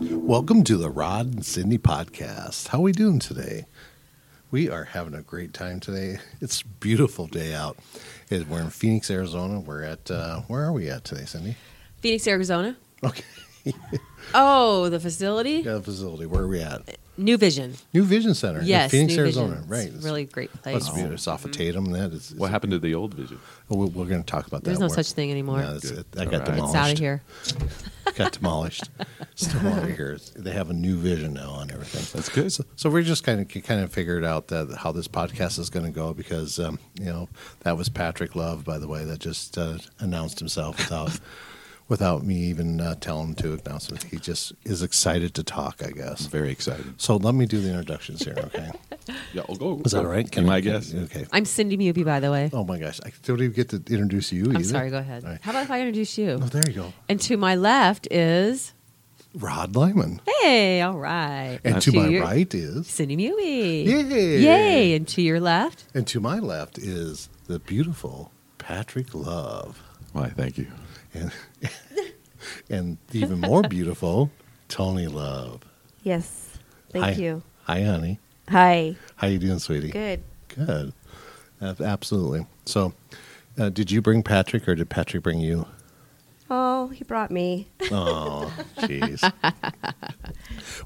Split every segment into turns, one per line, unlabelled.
Welcome to the Rod and Sydney podcast. How we doing today? We are having a great time today. It's a beautiful day out. It- We're in Phoenix, Arizona. We're at uh, where are we at today, Cindy?
Phoenix, Arizona.
Okay,
Oh, the facility?
yeah, the facility. Where are we at?
New Vision.
New Vision Center. in
Yes,
Phenix,
New
Arizona.
Vision.
Right.
It's a really great place.
Must be there. It's off of Tatum. That is.
Oh.
oh,
What happened to the old vision?
We're, we're going to talk about
There's
that.
no
word.
such thing anymore.
No, that's
Good.
it. I got
All right.
demolished.
it's out of here.
got demolished. Still out of here. They have a new vision now on everything.
That's good.
So, so we're just kind of kind of figured out that how this podcast is going to go because um, you know that was Patrick Love, by the way, that just uh, announced himself without without me even uh, telling him to announce it. He just is excited to talk, I guess.
Very excited.
So let me do the introductions here, okay?
Yeah, I'll go.
Is that all right?
Can
I
my guess?
Okay.
I'm Cindy Muby, by the way.
Oh my gosh, I don't even get to introduce you.
I'm
either.
sorry, go ahead.
All right.
How about if I introduce you?
Oh, there you go,
And to my left is,
Rod Lyman,
hey, all right.
and to my
your-
right is
Cindy Muby.
Yay!
Yay. And to your left,
And to my left is the beautiful Patrick Love.
Why? Thank you.
And, and the even more beautiful Tony Love.
Yes. Thank
Hi.
you.
Hi, honey.
Hi.
How you doing, sweetie?
Good.
Good. Ab- Absolutely. So, uh, did you bring Patrick or did Patrick bring you?
Oh, he brought me.
Oh, jeez.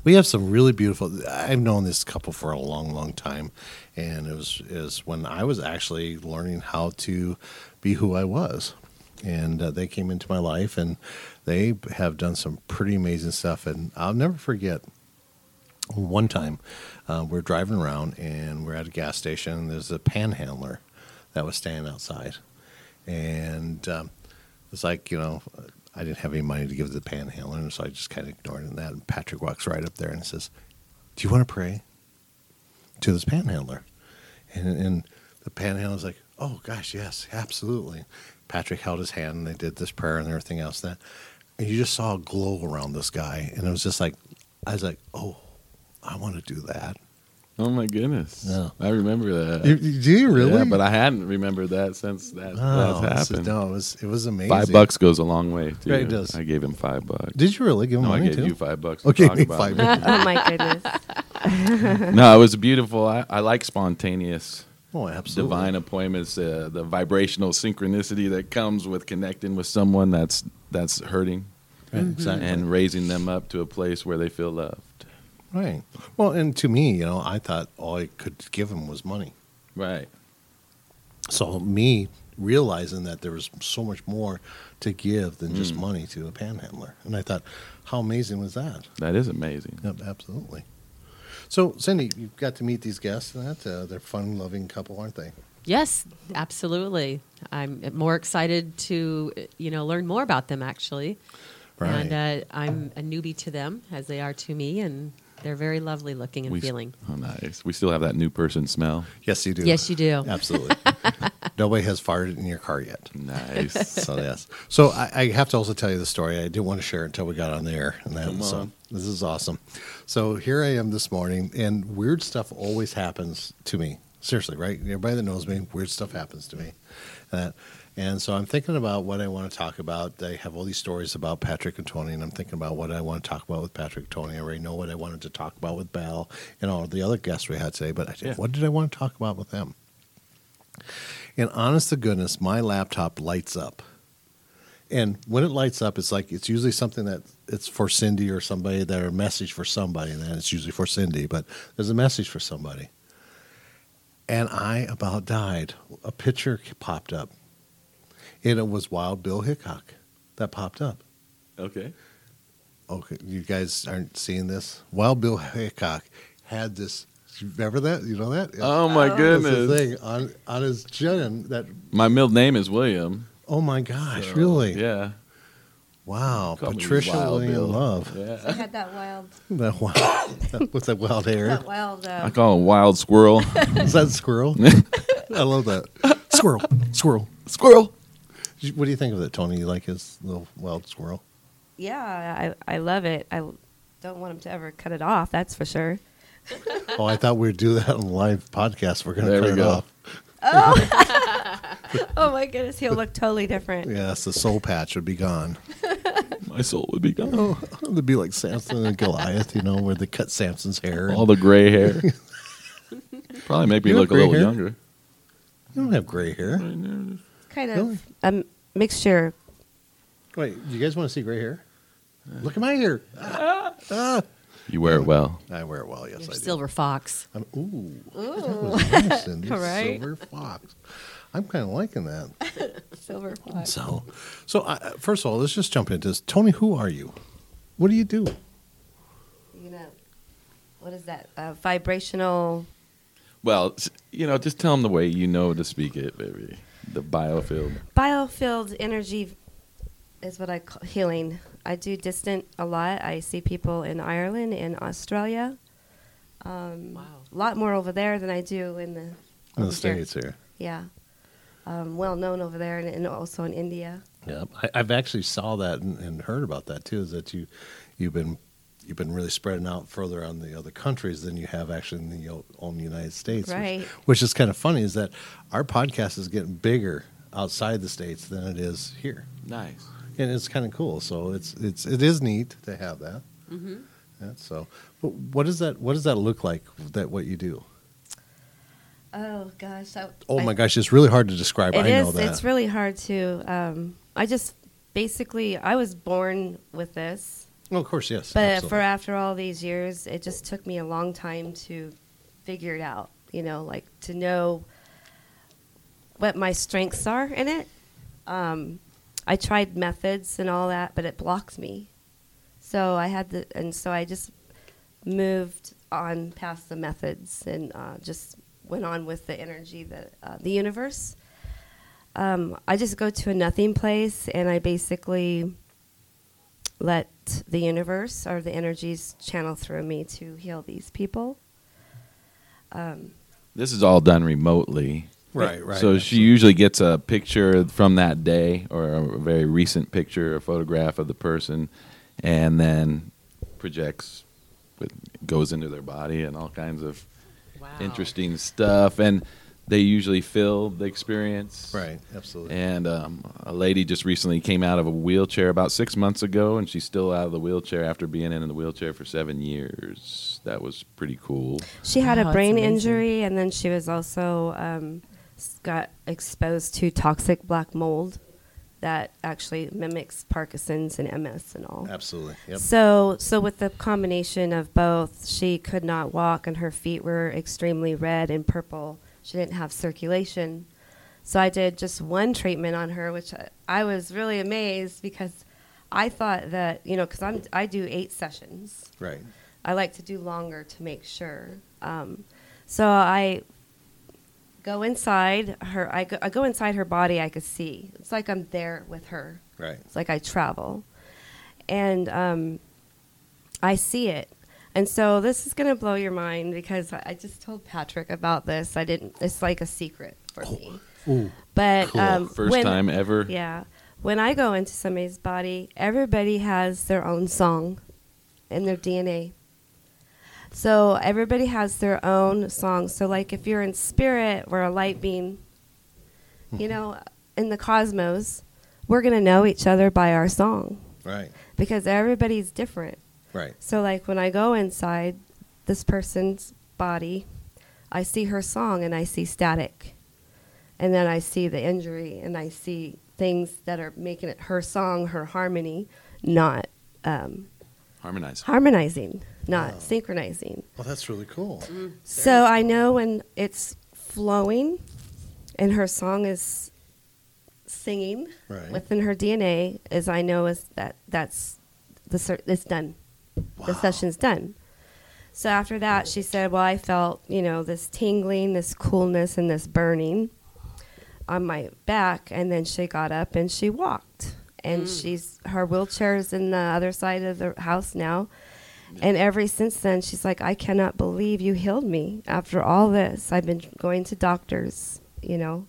we have some really beautiful. I've known this couple for a long, long time, and it was is when I was actually learning how to be who I was, and uh, they came into my life, and they have done some pretty amazing stuff, and I'll never forget one time uh, we're driving around and we're at a gas station and there's a panhandler that was standing outside and um, it's like you know i didn't have any money to give to the panhandler and so i just kind of ignored it and that and patrick walks right up there and says do you want to pray to this panhandler and, and the panhandler's like oh gosh yes absolutely patrick held his hand and they did this prayer and everything else that and you just saw a glow around this guy and it was just like i was like oh I want to do that.
Oh my goodness.
No.
I remember that.
You- you- do you really?
Yeah, but I hadn't remembered that since that
oh, this
that's
is-
happened.
no, it was it was amazing.
Five bucks goes a long way. Too.
Right, it does.
I gave him five bucks.
Did you really give him
no, I
money
gave
too?
you five bucks. to
Okay,
talk
me
about
five
it.
bucks.
Oh my goodness.
no, it was beautiful. I, I like spontaneous,
Oh, absolutely.
divine appointments. Uh, the vibrational synchronicity that comes with connecting with someone that's that's hurting
Right, exactly.
and raising them up to a place where they feel loved.
right. Well, and to me, you know, I thought all I could give him was money.
Right.
So me realizing that there was so much more to give than just money to a panhandler, and I thought, how amazing was that?
That is amazing.
Yep, absolutely. So, Cindy, you've got to meet these guests, and that uh, they're a fun-loving couple, aren't they?
yes, absolutely. I'm more excited to, you know, learn more about them, actually. And uh, I'm a newbie to them, as they are to me, and they're very lovely looking and
We s-
feeling.
Oh, nice. We still have that new person smell.
yes, you do.
Yes, you do.
Absolutely. Nobody has farted in your car yet.
Nice.
So yes. So I, I have to also tell you the story. I didn't want to share it until we got on the air, and that
Come
so
on.
this is awesome. So here I am this morning, and weird stuff always happens to me. Seriously, right? Everybody that knows me, weird stuff happens to me. Uh, and so I'm thinking about what I want to talk about. I have all these stories about Patrick and Tony, and I'm thinking about what I want to talk about with Patrick and Tony. I already know what I wanted to talk about with Bal and all the other guests we had today, but I,
Yeah.
what did I want to talk about with them? And honest to goodness, my laptop lights up. And when it lights up, it's like it's usually something that it's for Cindy or somebody that a message for somebody, and then it's usually for Cindy, but there's a message for somebody. And I about died. A picture popped up, and it was Wild Bill Hickok that popped up.
okay.
Okay, you guys aren't seeing this. Wild Bill Hickok had this. Remember that? You know that?
Oh my
That's the
goodness.
thing on on his chin. That
My middle name is William.
oh my gosh,
so-
really?
Yeah.
Wow,
Call me
Patricia
Wild
William
Bill.
Love.
Yeah.
had that wild,
That wild, with that wild hair.
wild. uh,
I call him Wild Squirrel.
Is that squirrel? I love that. Squirrel, squirrel.
squirrel.
You- What do you think of it, Tony? You like his little wild squirrel?
yeah, I, I love it. I don't want him to ever cut it off. That's for sure.
Oh, I thought we'd do that on live podcast. We're going to
There we
cut it
go.
off.
Oh my goodness, he'll look totally different.
Yes, the soul patch would be gone.
My soul would be gone.
Oh, it'd be like Samson and Goliath, you know, where they cut Samson's hair.
All the gray hair. Probably make me
You have
look a
gray
little
hair?
younger.
you don't have gray hair.
Kind of
Really?
a m- mixture.
Wait, do you guys want to see gray hair?
Uh.
Look at my hair. Ah,
You wear it well.
I wear it well. Yes,
You're
I do.
silver fox.
I'm, ooh, that was nice, Cindy.
Right?
Silver fox. I'm kind of liking that.
Silver fox.
So, so I, I- first of all, let's just jump into this. Tony, who are you? What do you do?
You know, what is that? Uh, vibrational.
Well, s- you know, just tell them the way you know to speak it, baby. The biofield.
biofield energy is what I call healing. I do distant a lot. I see people in Ireland, in Australia,
Wow.
a lot more over there than I do in the
In the
over here.
states here.
Yeah, um, well known over there, and, and also in India.
Yeah, I, I've actually saw that and, and heard about that too. Is that you, you've been, you've been really spreading out further on the other countries than you have actually in the o- own United States. which-
Right.
Which, is kind of funny. Is that our podcast is getting bigger outside the states than it is here,
Nice.
and it's kind of cool. So it's it's it is neat to have that. Mm-hmm. Yeah, so, but what does that what does that look like? That what you do?
Oh gosh, I,
Oh
I-
my gosh, it's really hard to describe.
It
I
is.
know that.
It's really hard to. Um, I just basically I was born with this,
Well, of course, yes.
but
absolutely.
for after all these years, it just took me a long time to figure it out. You know, like to know what my strengths are in it. Um, I tried methods and all that, but it blocked me. So I had to, and so I just moved on past the methods and uh, just went on with the energy that uh, the universe. Um, I just go to a nothing place and I basically let the universe or the energies channel through me to heal these people.
This is all done remotely.
right, right.
So she usually gets a picture from that day or a very recent picture, a photograph of the person, and then projects, with, goes into their body and all kinds of
Wow.
interesting stuff. And they usually fill the experience.
right, absolutely.
And um, a lady just recently came out of a wheelchair about six months ago, and she's still out of the wheelchair after being in the wheelchair for seven years. That was pretty cool.
She had
Wow,
a
Oh, that's
brain
amazing.
injury, and then she was also um, s- got exposed to toxic black mold that actually mimics Parkinson's and MS and all.
absolutely. Yep.
So, so with the combination of both, she could not walk, and her feet were extremely red and purple. She didn't have circulation. So I did just one treatment on her, which I, I was really amazed because I thought that you know, because I'm I do eight sessions.
Right.
I like to do longer to make sure. Um, so I go inside her. I go, I go inside her body. I could see. It's like I'm there with her.
Right.
It's like I travel, and um, I see it. And so this is gonna blow your mind because I I just told Patrick about this. I didn't. It's like a secret for me.
Ooh.
But
Cool.
um,
First
when-
time ever.
Yeah. When I go into somebody's body, everybody has their own song in their DNA. So everybody has their own song. So, like, if you're in spirit, we're a light beam,
Hmm.
you know, in the cosmos, we're going to know each other by our song
Right.
because everybody's different.
Right.
So, like, when I go inside this person's body, I see her song and I see static. And then I see the injury and I see things that are making it her song, her harmony, not um,
Harmonize.
harmonizing, not
Wow.
synchronizing.
Well, that's really cool.
So I know when it's flowing and her song is singing
Right.
within her DNA is I know is that that's the cer- it's done. The
Wow.
session's done. So after that she said, "Well, I felt, you know, this tingling, this coolness and this burning on my back and then she got up and she walked. And she's her wheelchair's in the other side of the house now. And ever since then, she's like, I cannot believe you healed me after all this. I've been going to doctors, you know,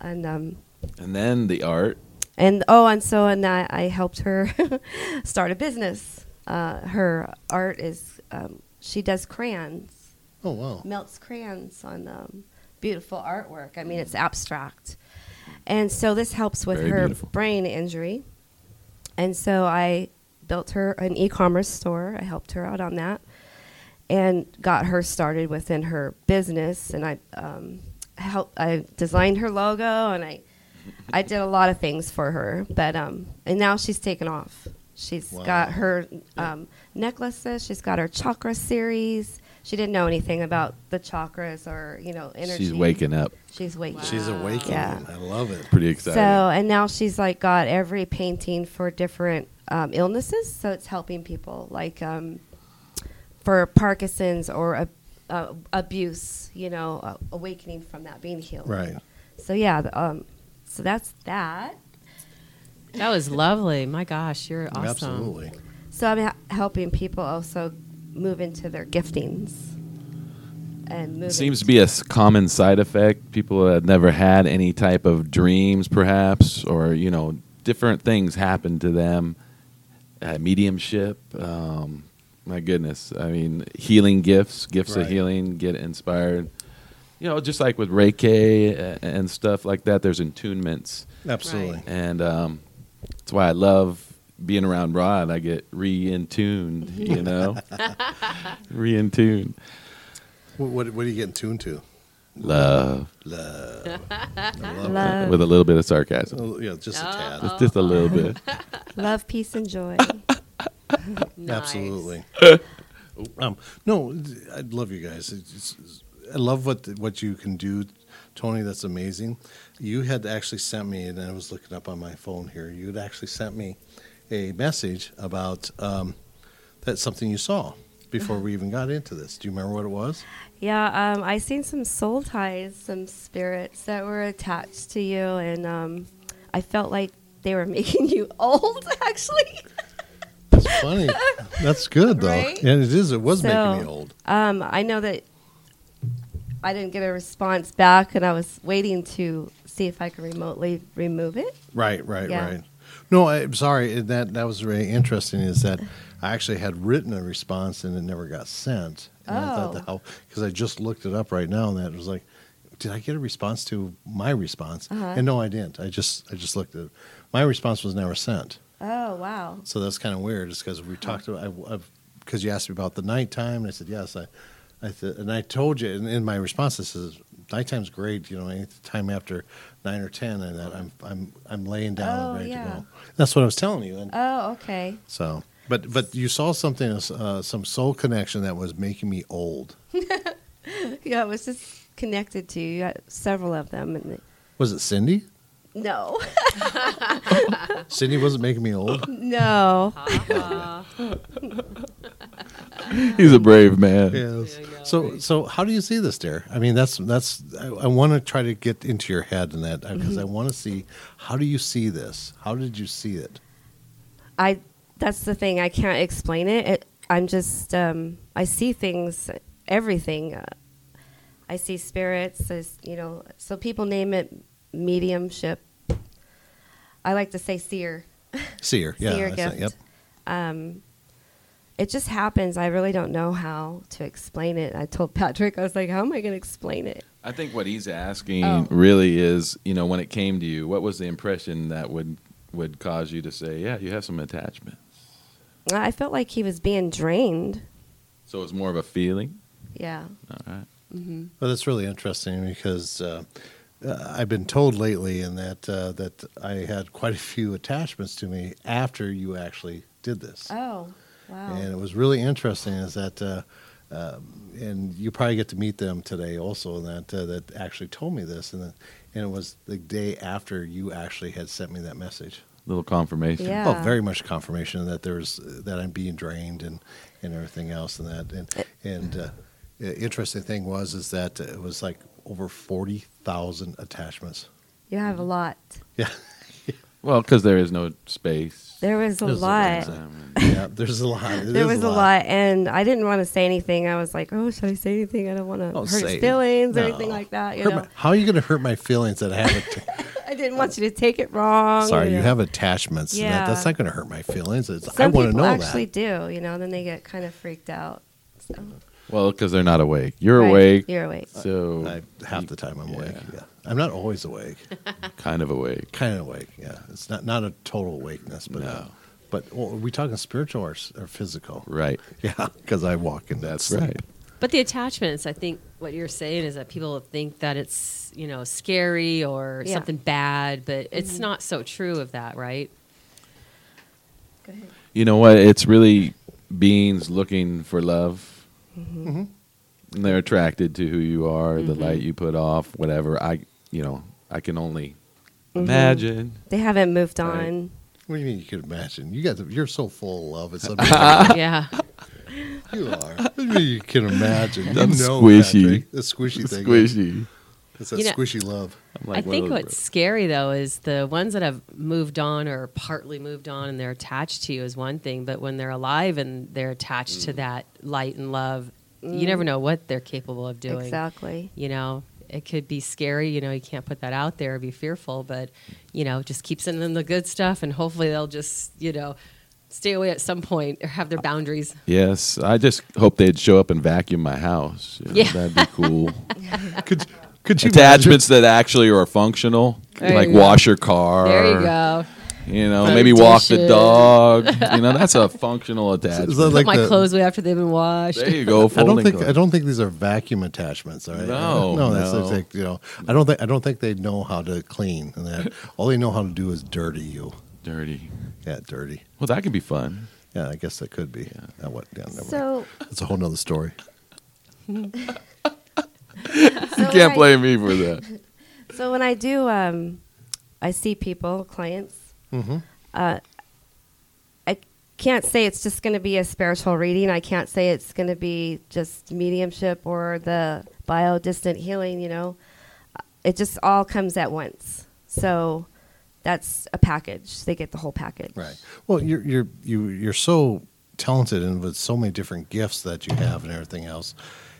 and um,
And then the art.
and oh, and so and I, I helped her start a business. Uh, her art is um, she does crayons,
Oh wow.
melts crayons on um, beautiful artwork. I mean, it's abstract, and so this helps with
Very
her
beautiful.
brain injury. And so I built her an e commerce store. I helped her out on that and got her started within her business. And I um, helped, I designed her logo and I, I did a lot of things for her. But um, and now she's taken off. She's
Wow.
got her um, necklaces, she's got her chakra series. She didn't know anything about the chakras or, you know, energy.
She's waking up.
She's waking.
She's
Wow.
awakening.
Yeah.
I love it.
Pretty excited.
So, and now she's like got every painting for different um, illnesses. So it's helping people like um, for Parkinson's or a, uh, abuse, you know, uh, awakening from that, being healed.
Right.
So, yeah. the, Um, so that's that.
That was lovely. My gosh, you're awesome.
Absolutely.
So I'm ha- helping people also move into their giftings and move
It seems to
into-
be a s- common side effect. People that never had any type of dreams, perhaps, or you know, different things happen to them. Uh, mediumship. Um, my goodness. I mean, healing gifts, gifts
Right.
of healing, get inspired. You know, just like with Reiki a- and stuff like that. There's entombments,
Absolutely.
and um, that's why I love being around Rod. I get re-intuned. You know, re-intuned.
What, what, what are you getting tuned to?
Love.
Love.
love,
with a little bit of sarcasm.
Oh, yeah, just a tad.
Just, just a little bit.
Oh. love, peace, and joy.
Nice.
Absolutely. um, no, I love you guys. It's, it's, I love what what you can do, Tony. That's amazing. You had actually sent me, and I was looking up on my phone here. You had actually sent me a message about um, that something you saw before we even got into this. Do you remember what it was?
Yeah, um, I seen some soul ties, some spirits that were attached to you, and um, I felt like they were making you old, actually.
That's funny. That's good though.
Right?
And it is. It was making me
So-
old.
Um, I know that I didn't get a response back, and I was waiting to see if I could remotely remove it.
Right, right,
Yeah.
right. No, I, am sorry. and That that was very interesting. Is that I actually had written a response and it never got sent. And I
Oh.
thought because I just looked it up right now and that was like, did I get a response to my response?
Uh-huh.
And no, I didn't. I just I just looked at it. My response was never sent.
Oh wow!
So that's kind of weird. It's because we talked about because you asked me about the nighttime, and I said yes. I, I th- and I told you in, in my response, this is nighttime's great. You know, any time after nine or ten, and that I'm I'm I'm laying down
Oh,
and ready
yeah.
to go. That's what I was telling you. And
Oh okay.
so, but but you saw something, uh, some soul connection that was making me old.
Yeah, it was just connected to you. you. Got several of them, and
Was it Cindy?
no,
Cindy wasn't making me old.
no.
He's a brave man.
Yes.
Yeah, I know.
So, so how do you see this, dear? I mean, that's that's. I, I want to try to get into your head in that because I want to see how do you see this? How did you see it?
I that's the thing. I can't explain it. it I'm just um, I see things, everything. Uh, I see spirits. I s you know, so people name it mediumship. I like to say seer.
Seer, yeah,
Seer
I said-
gift. Um,
yep.
It just happens. I really don't know how to explain it. I told Patrick, I was like, "How am I going to explain it?"
I think what he's asking
Oh.
really is, you know, when it came to you, what was the impression that would would cause you to say, yeah, you have some attachment?
I felt like he was being drained.
So it's more of a feeling.
Yeah.
All right.
Well, that's really interesting because uh, uh, I've been told lately in that uh, that I had quite a few attachments to me after you actually did this.
Oh, wow.
And it was really interesting is that, uh, um, and you probably get to meet them today also, and that uh, that actually told me this, and that, and it was the day after you actually had sent me that message.
Little confirmation.
Yeah.
Well, very much confirmation that there's that I'm being drained and and everything else, and that and and uh, i- interesting thing was is that it was like over forty thousand attachments.
you have a lot.
Yeah,
Well, because there is no space.
There was a
There's a
lot.
lot. yeah. There's a lot. It
there
is
was a lot, and I didn't want to say anything. I was like, "Oh, should I say anything? I don't want to
Don't say
hurt his
it.
feelings or
No.
anything like that." You
Hurt
know,
my- how are you going to hurt my feelings that I have? a-
I didn't want you to take it wrong.
Sorry, you
know.
have attachments. to that.
Oh, Yeah.
That's not going to hurt my feelings. It's, I
Some
want to
people
know
actually
that.
do. You know, then they get kind of freaked out. So,
Well, because they're not awake. You're
Right,
awake.
You're awake.
So
I, half the time I'm
Mm. Yeah.
awake. Yeah. I'm not always awake.
kind of awake.
kind of awake. Yeah, it's not not a total awakeness, but
No.
uh, But well, are we talking spiritual or, s- or physical?
Right.
Yeah, because I walk in that.
That's
sleep.
right.
But the attachments, I think what you're saying is that people think that it's, you know, scary or
Yeah.
something bad, but it's not so true of that, right?
Go ahead.
You know what? It's really beings looking for love.
Mm-hmm.
And they're attracted to who you are, the light you put off, whatever. I, you know, I can only
Mm-hmm.
imagine.
They haven't moved
Right.
on.
What do you mean you could imagine? You guys, you're so full of love. It's amazing.
yeah.
you are. What do you mean you can imagine? You
I'm
know,
squishy.
Patrick, the squishy thing.
Squishy.
It's that
You know-
squishy love.
I'm like
I
one of
think
those
what's scary though is the ones that have moved on or partly moved on and they're attached to you is one thing, but when they're alive and they're attached
Mm.
to that light and love, you never know what they're capable of doing.
Exactly.
You know, it could be scary. You know, you can't put that out there, be fearful, but you know, just keep sending them the good stuff, and hopefully they'll just you know stay away at some point or have their boundaries.
Yes, I just hope they'd show up and vacuum my house. You know,
Yeah.
that'd be cool.
Could could you
Attachments that actually are functional,
There
like
you go.
wash your car.
There you go.
You know,
Right.
maybe walk the
Dishes.
dog. you know, that's a functional
imagine?
attachment.
Is that
Put
like
my
the-
clothes away after they've been washed.
there you
I
go.
don't
folding
think I
clothes.
don't think these are vacuum attachments, all right?
No,
no, that's
no.
that's like you know. I don't think I don't think they know how to clean, and that all they know how to do is dirty you.
dirty.
Yeah, dirty.
Well, that could be fun.
Yeah, I guess that could be. That what? Yeah, never. mind.
So,
that's a whole nother story.
You can't blame me for that.
So when I do, um, I see people, clients.
Mm-hmm.
Mhm.
Uh, I can't say it's just going to be a spiritual reading. I can't say it's going to be just mediumship or the bio distant healing. You know, Uh, it just all comes at once. So that's a package. They get the whole package.
Right. Well, you're you're you you're so talented and with so many different gifts that you have and everything else.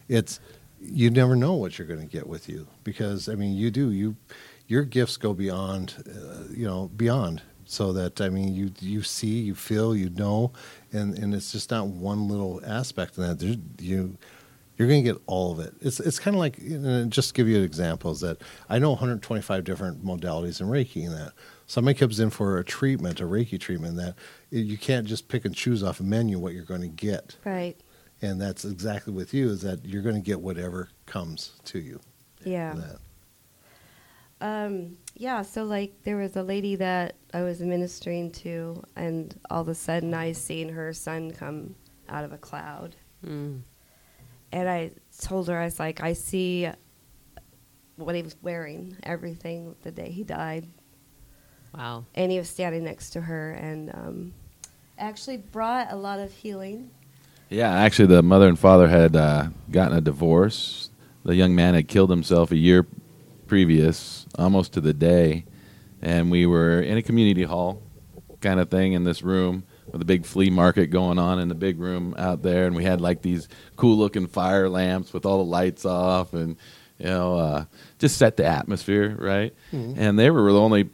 It's you never know what you're going to get with you because I mean you do you your gifts go beyond uh, you know beyond so that I mean you you see you feel you know and and it's just not one little aspect of that There's, you you're going to get all of it. It's it's kind of like and just to give you examples that I know 125 different modalities in Reiki and that somebody comes in for a treatment, a Reiki treatment that you can't just pick and choose off a menu what you're going to get.
Right.
And that's exactly with you is that you're going to get whatever comes to you.
Yeah.
That.
Um, yeah, so like there was a lady that I was ministering to, and all of a sudden I seen her son come out of a cloud.
Mm.
And I told her, I was like, I see what he was wearing, everything the day he died.
Wow.
And he was standing next to her, and um, actually brought a lot of healing.
Yeah, actually, the mother and father had uh, gotten a divorce. The young man had killed himself a year previous, almost to the day. And we were in a community hall kind of thing in this room with a big flea market going on in the big room out there. And we had like these cool looking fire lamps with all the lights off and, you know, uh, just set the atmosphere, right?
Mm-hmm.
And they were the only,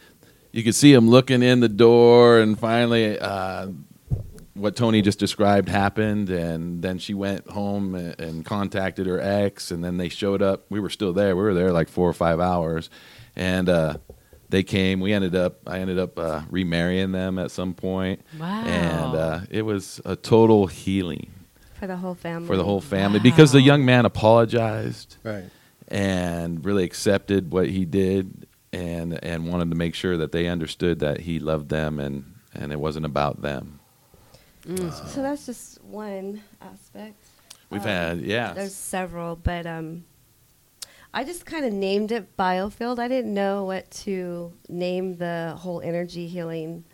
you could see them looking in the door. And finally, uh, what Tony just described happened, and then she went home and, and contacted her ex, and then they showed up. We were still there. We were there like four or five hours, and uh, they came. We ended up. I ended up uh, remarrying them at some point.
Wow.
And uh, it was a total healing
For the whole family.
for the whole family because the
Wow.
young man apologized
Right.
and really accepted what he did and and wanted to make sure that they understood that he loved them and and it wasn't about them.
So that's just one aspect.
We've
Um,
had yeah.
There's several, but um, I just kind of named it biofield. I didn't know what to name the whole energy healing.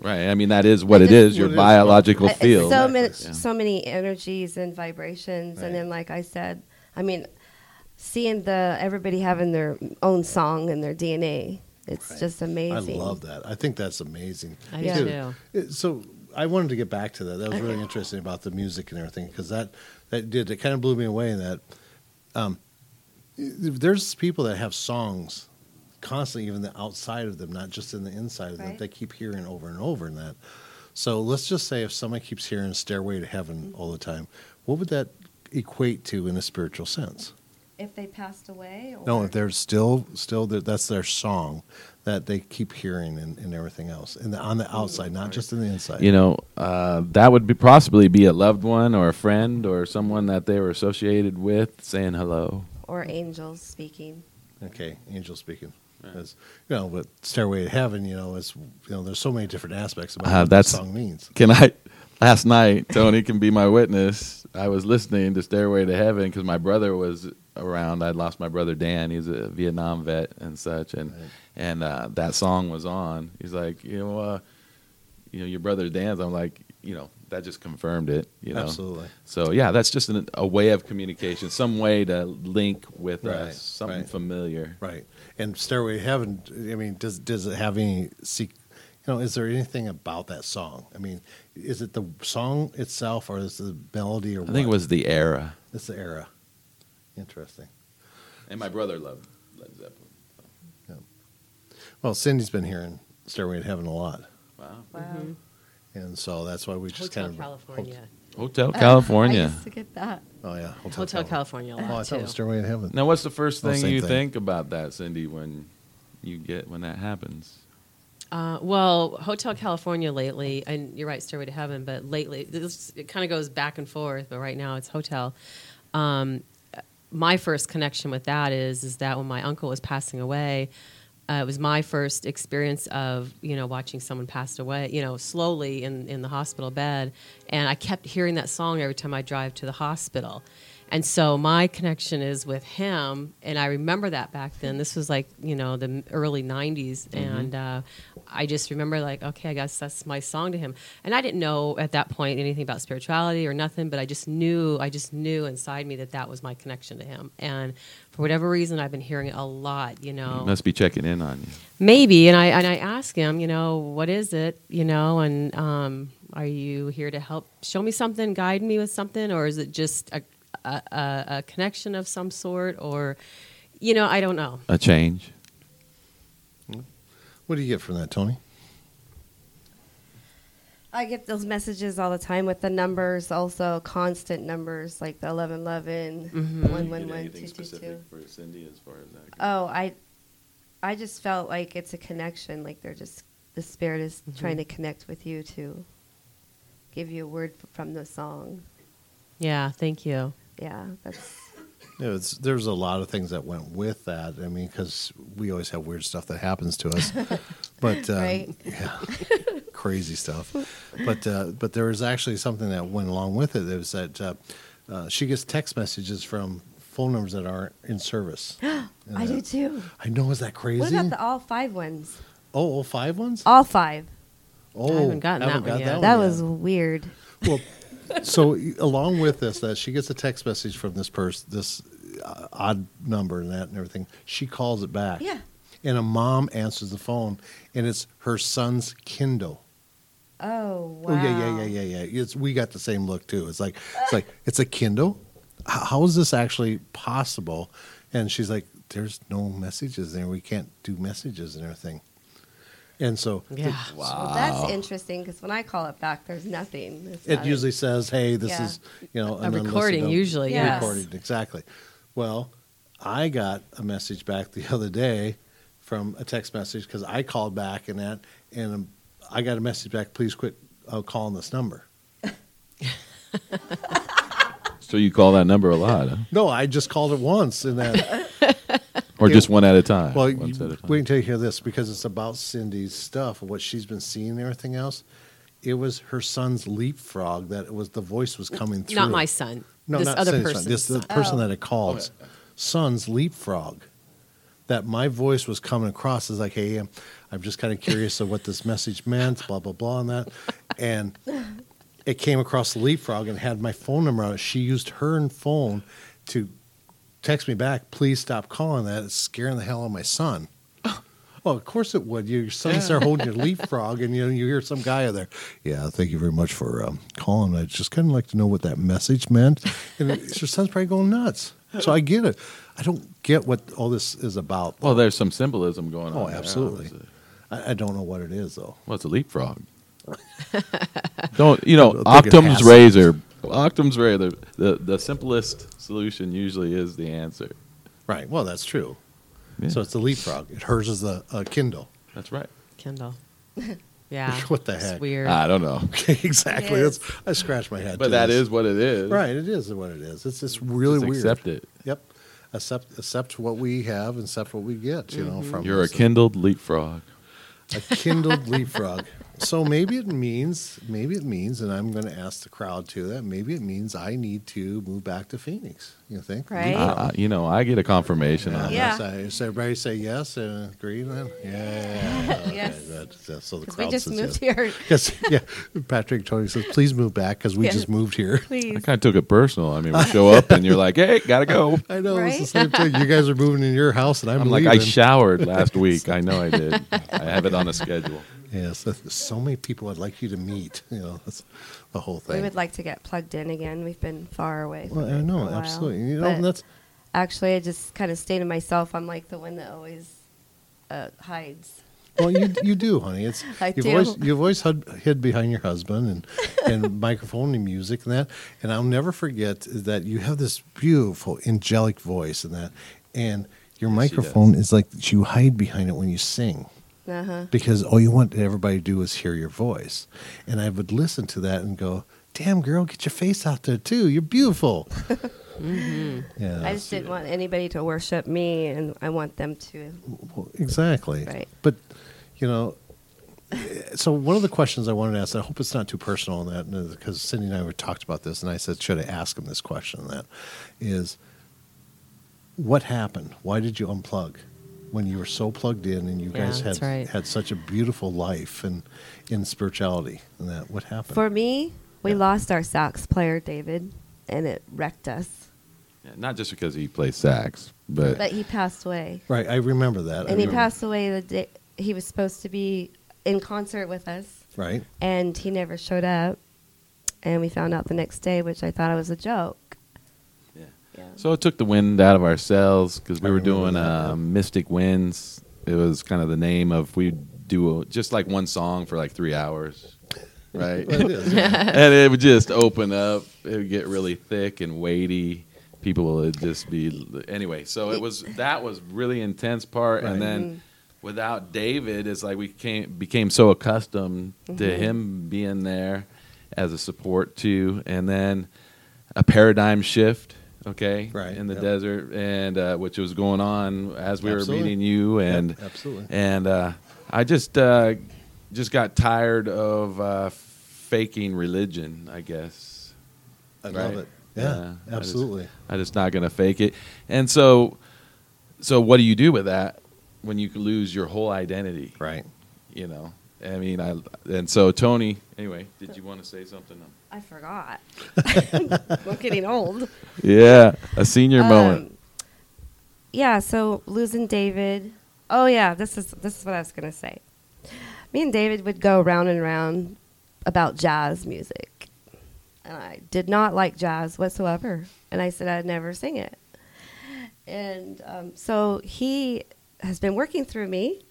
Right. I mean, that is what it
just-
is. Your
What it is.
biological
I- it's
field.
So many,
Yeah.
so many energies and vibrations,
Right.
and then like I said, I mean, seeing the everybody having their own song and their DNA, it's
Right.
just amazing.
I love that. I think that's amazing.
I
do
Dude,
too.
it- So I wanted to get back to that. That was really interesting about the music and everything because that that did it kind of blew me away. That um, there's people that have songs constantly, even the outside of them, not just in the inside of them.
Right.
They keep hearing over and over, and that. So let's just say if someone keeps hearing "Stairway to Heaven" all the time, what would that equate to in a spiritual sense?
if they passed away? Or?
No, if they're still still there, that's their song that they keep hearing and, and everything else, and the, on the outside, not just in the inside.
you know, uh, that would be possibly be a loved one or a friend or someone that they were associated with saying hello.
or angels speaking.
Okay, angel speaking. As, you know, but Stairway to Heaven, you know, it's you know, there's so many different aspects about
Uh,
what that
that's-
song means.
Can I? Last night, Tony can be my witness. I was listening to Stairway to Heaven because my brother was around. I'd lost my brother Dan. He's a Vietnam vet and such, and
Right.
and uh, that song was on. He's like, you know, uh, you know, your brother Dan's. I'm like, you know, that just confirmed it. You know,
Absolutely.
So yeah, that's just an, a way of communication, some way to link with
Right,
us, something
right.
familiar.
Right. And Stairway to Heaven, I mean, does does it have any seek you know, is there anything about that song? I mean, is it the song itself or is it the melody or
I think it was the era.
it's the era. Interesting.
And my brother loved Led Zeppelin.
Well, Cindy's been hearing Stairway to Heaven a lot.
Wow.
Wow.
And so that's why we just
Hotel
kind of
California.
Hotel
I
California.
used to get that.
Oh yeah, Hotel,
Hotel California. a lot,
Oh, I thought it was
too.
Stairway to Heaven.
Now, what's the first
Oh,
thing
same
you
thing.
think about that, Cindy, when you get when that happens?
Uh, well, Hotel California lately, and you're right, Stairway to Heaven, but lately, this, it kind of goes back and forth, but right now it's Hotel. Um, my first connection with that is is that when my uncle was passing away, uh, it was my first experience of you know watching someone pass away, you know, slowly in in the hospital bed, and I kept hearing that song every time I drive to the hospital, and so my connection is with him, and I remember that back then. This was like you know the early '90s, and uh, I just remember like, okay, I guess that's my song to him, and I didn't know at that point anything about spirituality or nothing, but I just knew, I just knew inside me that that was my connection to him, and for whatever reason, I've been hearing it a lot, you know
He must be checking in on you.
maybe and i and i ask him you know what is it you know and um are you here to help show me something guide me with something or is it just a a, a, a connection of some sort or you know i don't know
A change.
What do you get from that, Tony?
I get those messages all the time with the numbers, also constant numbers like the 1111,
Mm-hmm.
111, 222.
for Cindy as far as that
Oh, I, I just felt like it's a connection. Like they're just the spirit is
Mm-hmm.
trying to connect with you to give you a word f- from the song.
yeah thank you
Yeah, that's
Yeah, it's, there's a lot of things that went with that. I mean, because we always have weird stuff that happens to us, but uh,
Right.
yeah, crazy stuff. But uh, but there was actually something that went along with it. It was that uh, uh, she gets text messages from phone numbers that aren't in service. And
I do
that-
too.
I know. Is that crazy?
What about the all five ones?
oh, all five ones?
All five.
oh,
haven't gotten that one
got
yet.
That
one
was
yet.
weird.
Well, so along with this, that she gets a text message from this person, this uh, odd number and that and everything. She calls it back.
Yeah.
And a mom answers the phone, and it's her son's Kindle.
Oh wow.
Oh yeah, yeah, yeah, yeah, yeah. It's we got the same look too. It's like it's like it's a Kindle. H- How is this actually possible? And she's like, "There's no messages there. We can't do messages and everything." And so
yeah
Well, that's interesting because when I call it back, there's nothing. It's
It
not a-
usually says, "Hey, this
Yeah.
is you know
A recording,
unlisted-
usually,
yes.
recorded exactly." Well, I got a message back the other day from a text message because I called back and that, and um, I got a message back. Please quit uh, calling this number.
So you call that number a lot, huh?
No, I just called it once, and then
or
Yeah.
just one at a time?
well,
Once
you,
at a time.
wait until you hear this because it's about Cindy's stuff, what she's been seeing, and everything else. It was her son's leapfrog that it was the voice was coming through.
not my son
No,
this
not
other
Cindy's son.
person's
This the
son.
person
Oh.
that I called. Son's leapfrog. That my voice was coming across as like, hey, I'm, I'm just kind of curious of what this message meant, blah blah blah, and that, and it came across the leapfrog and had my phone number on it. She used her phone to text me back. Please stop calling that. It's scaring the hell out of my son. Well, of course it would. Your son's there holding your leapfrog, and you know, you hear some guy out there. Yeah, thank you very much for um, calling. I just kind of like to know what that message meant. And it's- your son's probably going nuts. So I get it. I don't get what all this is about.
well, there's some symbolism going on.
Oh,
there,
absolutely.
obviously.
I, I don't know what it is though.
Well, it's a leapfrog. Don't you know
I think it has
Octum's
to.
razor? Octum's razor. The the simplest solution usually is the answer.
Right. Well, that's true.
Yeah.
So it's the leapfrog. It hers is the a Kindle.
That's right.
Kindle. Yeah.
What the
It's
heck?
weird.
Uh,
I don't know,
exactly.
It
That's
is.
I scratched my head.
but
to
that
this.
is what it is.
right. It is what it is. It's just really
Just
weird.
accept it.
Yep. Accept accept what we have and accept what we get. You know, from
You're a
us.
kindled leapfrog.
a kindled leapfrog. So maybe it means maybe it means, and I'm going to ask the crowd to that. Maybe it means I need to move back to Phoenix. You think?
Right.
Uh, uh, you know, I get a confirmation on
Yeah.
So, so everybody say yes and agree then? Yeah. Okay,
Yes.
That, that- so the
Because
crowd
we just
says
moved
yes.
here.
Yes, yeah. Patrick Tony says, please move back because we
Yeah.
just moved here.
I
Please.
kind of took it personal. I mean, we show up and you're like, "Hey, gotta go."
I know it's the same
Right?
thing. You guys are moving in your house and I'm,
I'm like,
leaving.
I showered last week. I know I did. I have it on a schedule.
Yes, that's- so many people I'd like you to meet. You know, that's the whole thing.
We would like to get plugged in again. We've been far away.
well,
from it
I
for a
know,
while.
absolutely. You know,
But
and that's
actually, I just kind of stay to myself. I'm like the one that always uh, hides.
Well, you you do, honey. It's
I
you've
do.
always you've always hid, hid behind your husband and and microphone and music and that. And I'll never forget that you have this beautiful angelic voice and that, and your
Yes, she does.
microphone is like you hide behind it when you sing
Uh huh.
because all you want everybody to do is hear your voice. And I would listen to that and go, "Damn, girl, get your face out there too. You're beautiful." Yeah.
Mm-hmm. I just didn't want anybody to worship me, and I want them to.
Well, exactly.
Right.
But you know, eh, so one of the questions I wanted to ask, I hope it's not too personal on that, because Cindy and I were talked about this, and I said, should I ask him this question? And that is, what happened? Why did you unplug when you were so plugged in and you
Yeah,
guys had
that's right.
had such a beautiful life and in spirituality? And that what happened?
For me, we
Yeah.
lost our sax player, David, and it wrecked us.
Not just because he plays sax, but,
But he passed away.
right, I remember that. I
And he
remember-
passed away the day he was supposed to be in concert with us,
Right.
and he never showed up. And we found out the next day, which I thought it was a joke.
Yeah.
Yeah.
so it took the wind out of our sails because we
I
were
remember
doing
that, yeah.
uh, Mystic Winds. It was kind of the name of we do a, just like one song for like three hours, right?
Well, it is, yeah.
and it would just open up. It would get really thick and weighty. People would just be anyway. So it was that was really intense part,
Right.
and then without David, it's like we came became so accustomed to him being there as a support too, and then a paradigm shift. Okay,
Right,
in the
yep.
desert, and uh, which was going on as we
Absolutely.
were meeting you,
Yep,
and
absolutely.
and uh, I just uh, just got tired of uh, faking religion. I guess
I
Right.
love it. Yeah,
I just-
absolutely.
I'm just not gonna fake it. And so, so what do you do with that when you lose your whole identity?
right.
You know, I mean, I and so Tony. Anyway, did you want to say something?
I forgot. I'm getting old.
Yeah, a senior
Um,
moment.
Yeah, so losing David. Oh yeah, this is this is what I was gonna say. Me and David would go round and round about jazz music, and I did not like jazz whatsoever. And I said I'd never sing it. And um, so he has been working through me,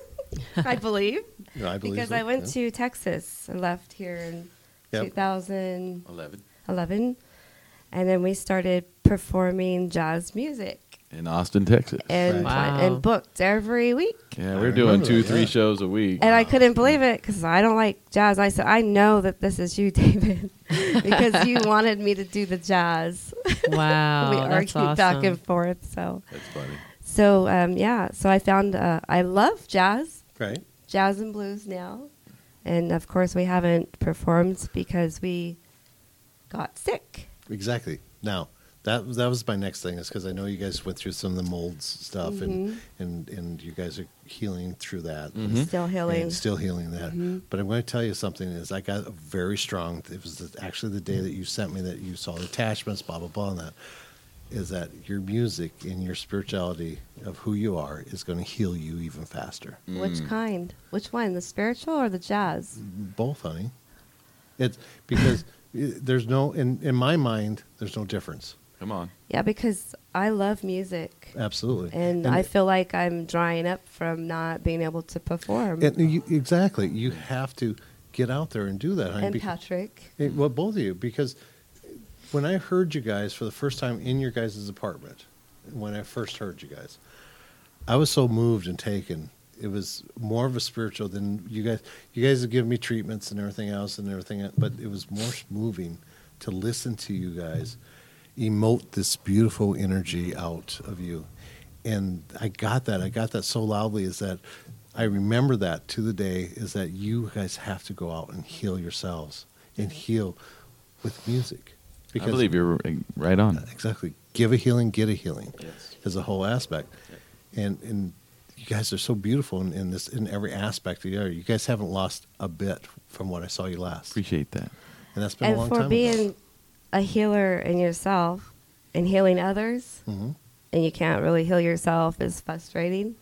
I believe,
Yeah, I believe
because
so,
I went
yeah.
to Texas and left here in
Yep.
2000.
Eleven
11 and then we started performing jazz music
in Austin, Texas.
and
Wow.
and booked every week
Yeah,
I
we're doing
remember
two,
that,
three
yeah.
shows a week.
and I couldn't believe it because I don't like jazz. I said, I know that this is you, David, because you wanted me to do the jazz.
Wow.
we
that's
argued
awesome.
back and forth. So,
That's funny.
so um, yeah. So I found uh, I love jazz,
Right.
jazz and blues now, and of course we haven't performed because we got sick.
Exactly. Now that that was my next thing is because I know you guys went through some of the molds stuff
Mm-hmm.
and and and you guys are healing through that.
Mhm.
Still healing. Mm-hmm.
And still healing that. But I'm going to tell you something is I got a very strong. It was the, actually the day that you sent me that you saw the attachments, blah blah blah, and that is that your music and your spirituality of who you are is going to heal you even faster.
Which kind? Which one? The spiritual or the jazz?
Both, honey. It's because eh, there's no in in my mind there's no difference.
Come on.
Yeah, because I love music.
Absolutely.
And, I feel like I'm drying up from not being able to perform.
And you, exactly, you have to get out there and do that. honey,
and
beca-
Patrick.
eh, well, both of you, because when I heard you guys for the first time in your guys' apartment, when I first heard you guys. I was so moved and taken. It was more of a spiritual than you guys. You guys have given me treatments and everything else and everything, else, but it was more moving to listen to you guys emote this beautiful energy out of you. And I got that. I got that so loudly is that I remember that to the day is that you guys have to go out and heal yourselves and heal with music.
I believe you're right on.
Uh, Exactly. Give a healing, get a healing
Mm. Yes.
is a whole aspect. And and you guys are so beautiful in, in this in every aspect of you. You guys haven't lost a bit from what I saw you last. And
Appreciate that.
that's been a
and
long
for
time.
being a healer in yourself and healing others,
hmm
and you can't really heal yourself is frustrating.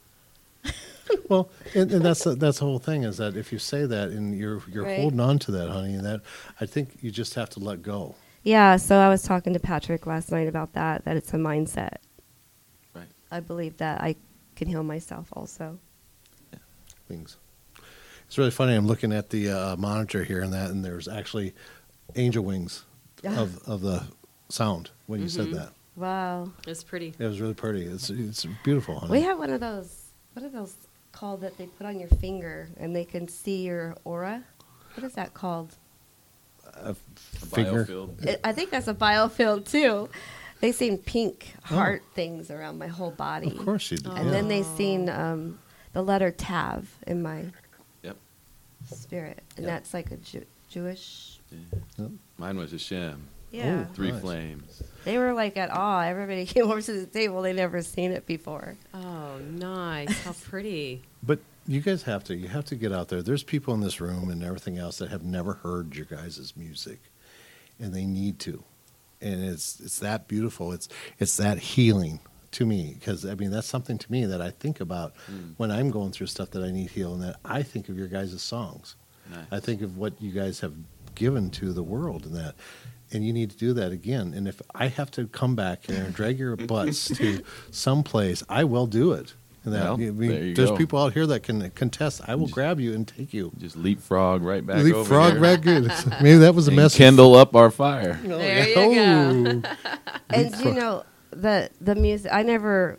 Well, and, and that's the, that's the whole thing is that if you say that and you're you're
Right.
holding on to that, honey, and that I think you just have to let go.
Yeah, so I was talking to Patrick last night about that, that it's a mindset.
Right.
I believe that I can heal myself also.
things. It's really funny. I'm looking at the uh, monitor here and that, and there's actually angel wings
Ah.
of of the sound when you
Mm-hmm.
said that.
Wow.
It's pretty.
It was really pretty. It's it's beautiful. Honey.
We have one of those, what are those called that they put on your finger and they can see your aura? What is that called?
Finger.
Biofield.
I- I think that's a biofield too. They seen pink heart things around my whole body.
Oh. Of course you did.
And
yeah.
then they seen um, the letter Tav in my
Yep.
spirit, and
Yeah.
that's like a Ju- Jewish.
Yep.
Mine was a sham.
Yeah,
Oh.
Three
Nice.
flames.
they were like at awe. Everybody came over to the table; they never seen it before.
Oh, nice. How pretty.
But you guys have to you have to get out there. There's people in this room and everything else that have never heard your guys' music, and they need to. And it's it's that beautiful. It's it's that healing to me because I mean that's something to me that I think about
Mm.
when I'm going through stuff that I need healing. That I think of your guys' songs.
Nice.
I think of what you guys have given to the world and that. And you need to do that again. And if I have to come back here and drag your butts to someplace, I will do it. And that,
Well,
I mean,
there you
there's
go.
people out here that can contest. I will grab you and take you.
Just leapfrog right back over
Leapfrog
here.
red good. Maybe that was a
and
message.
Kindle up our fire.
Oh,
There
yeah. Oh.
you
Ooh.
And you know the the music. I never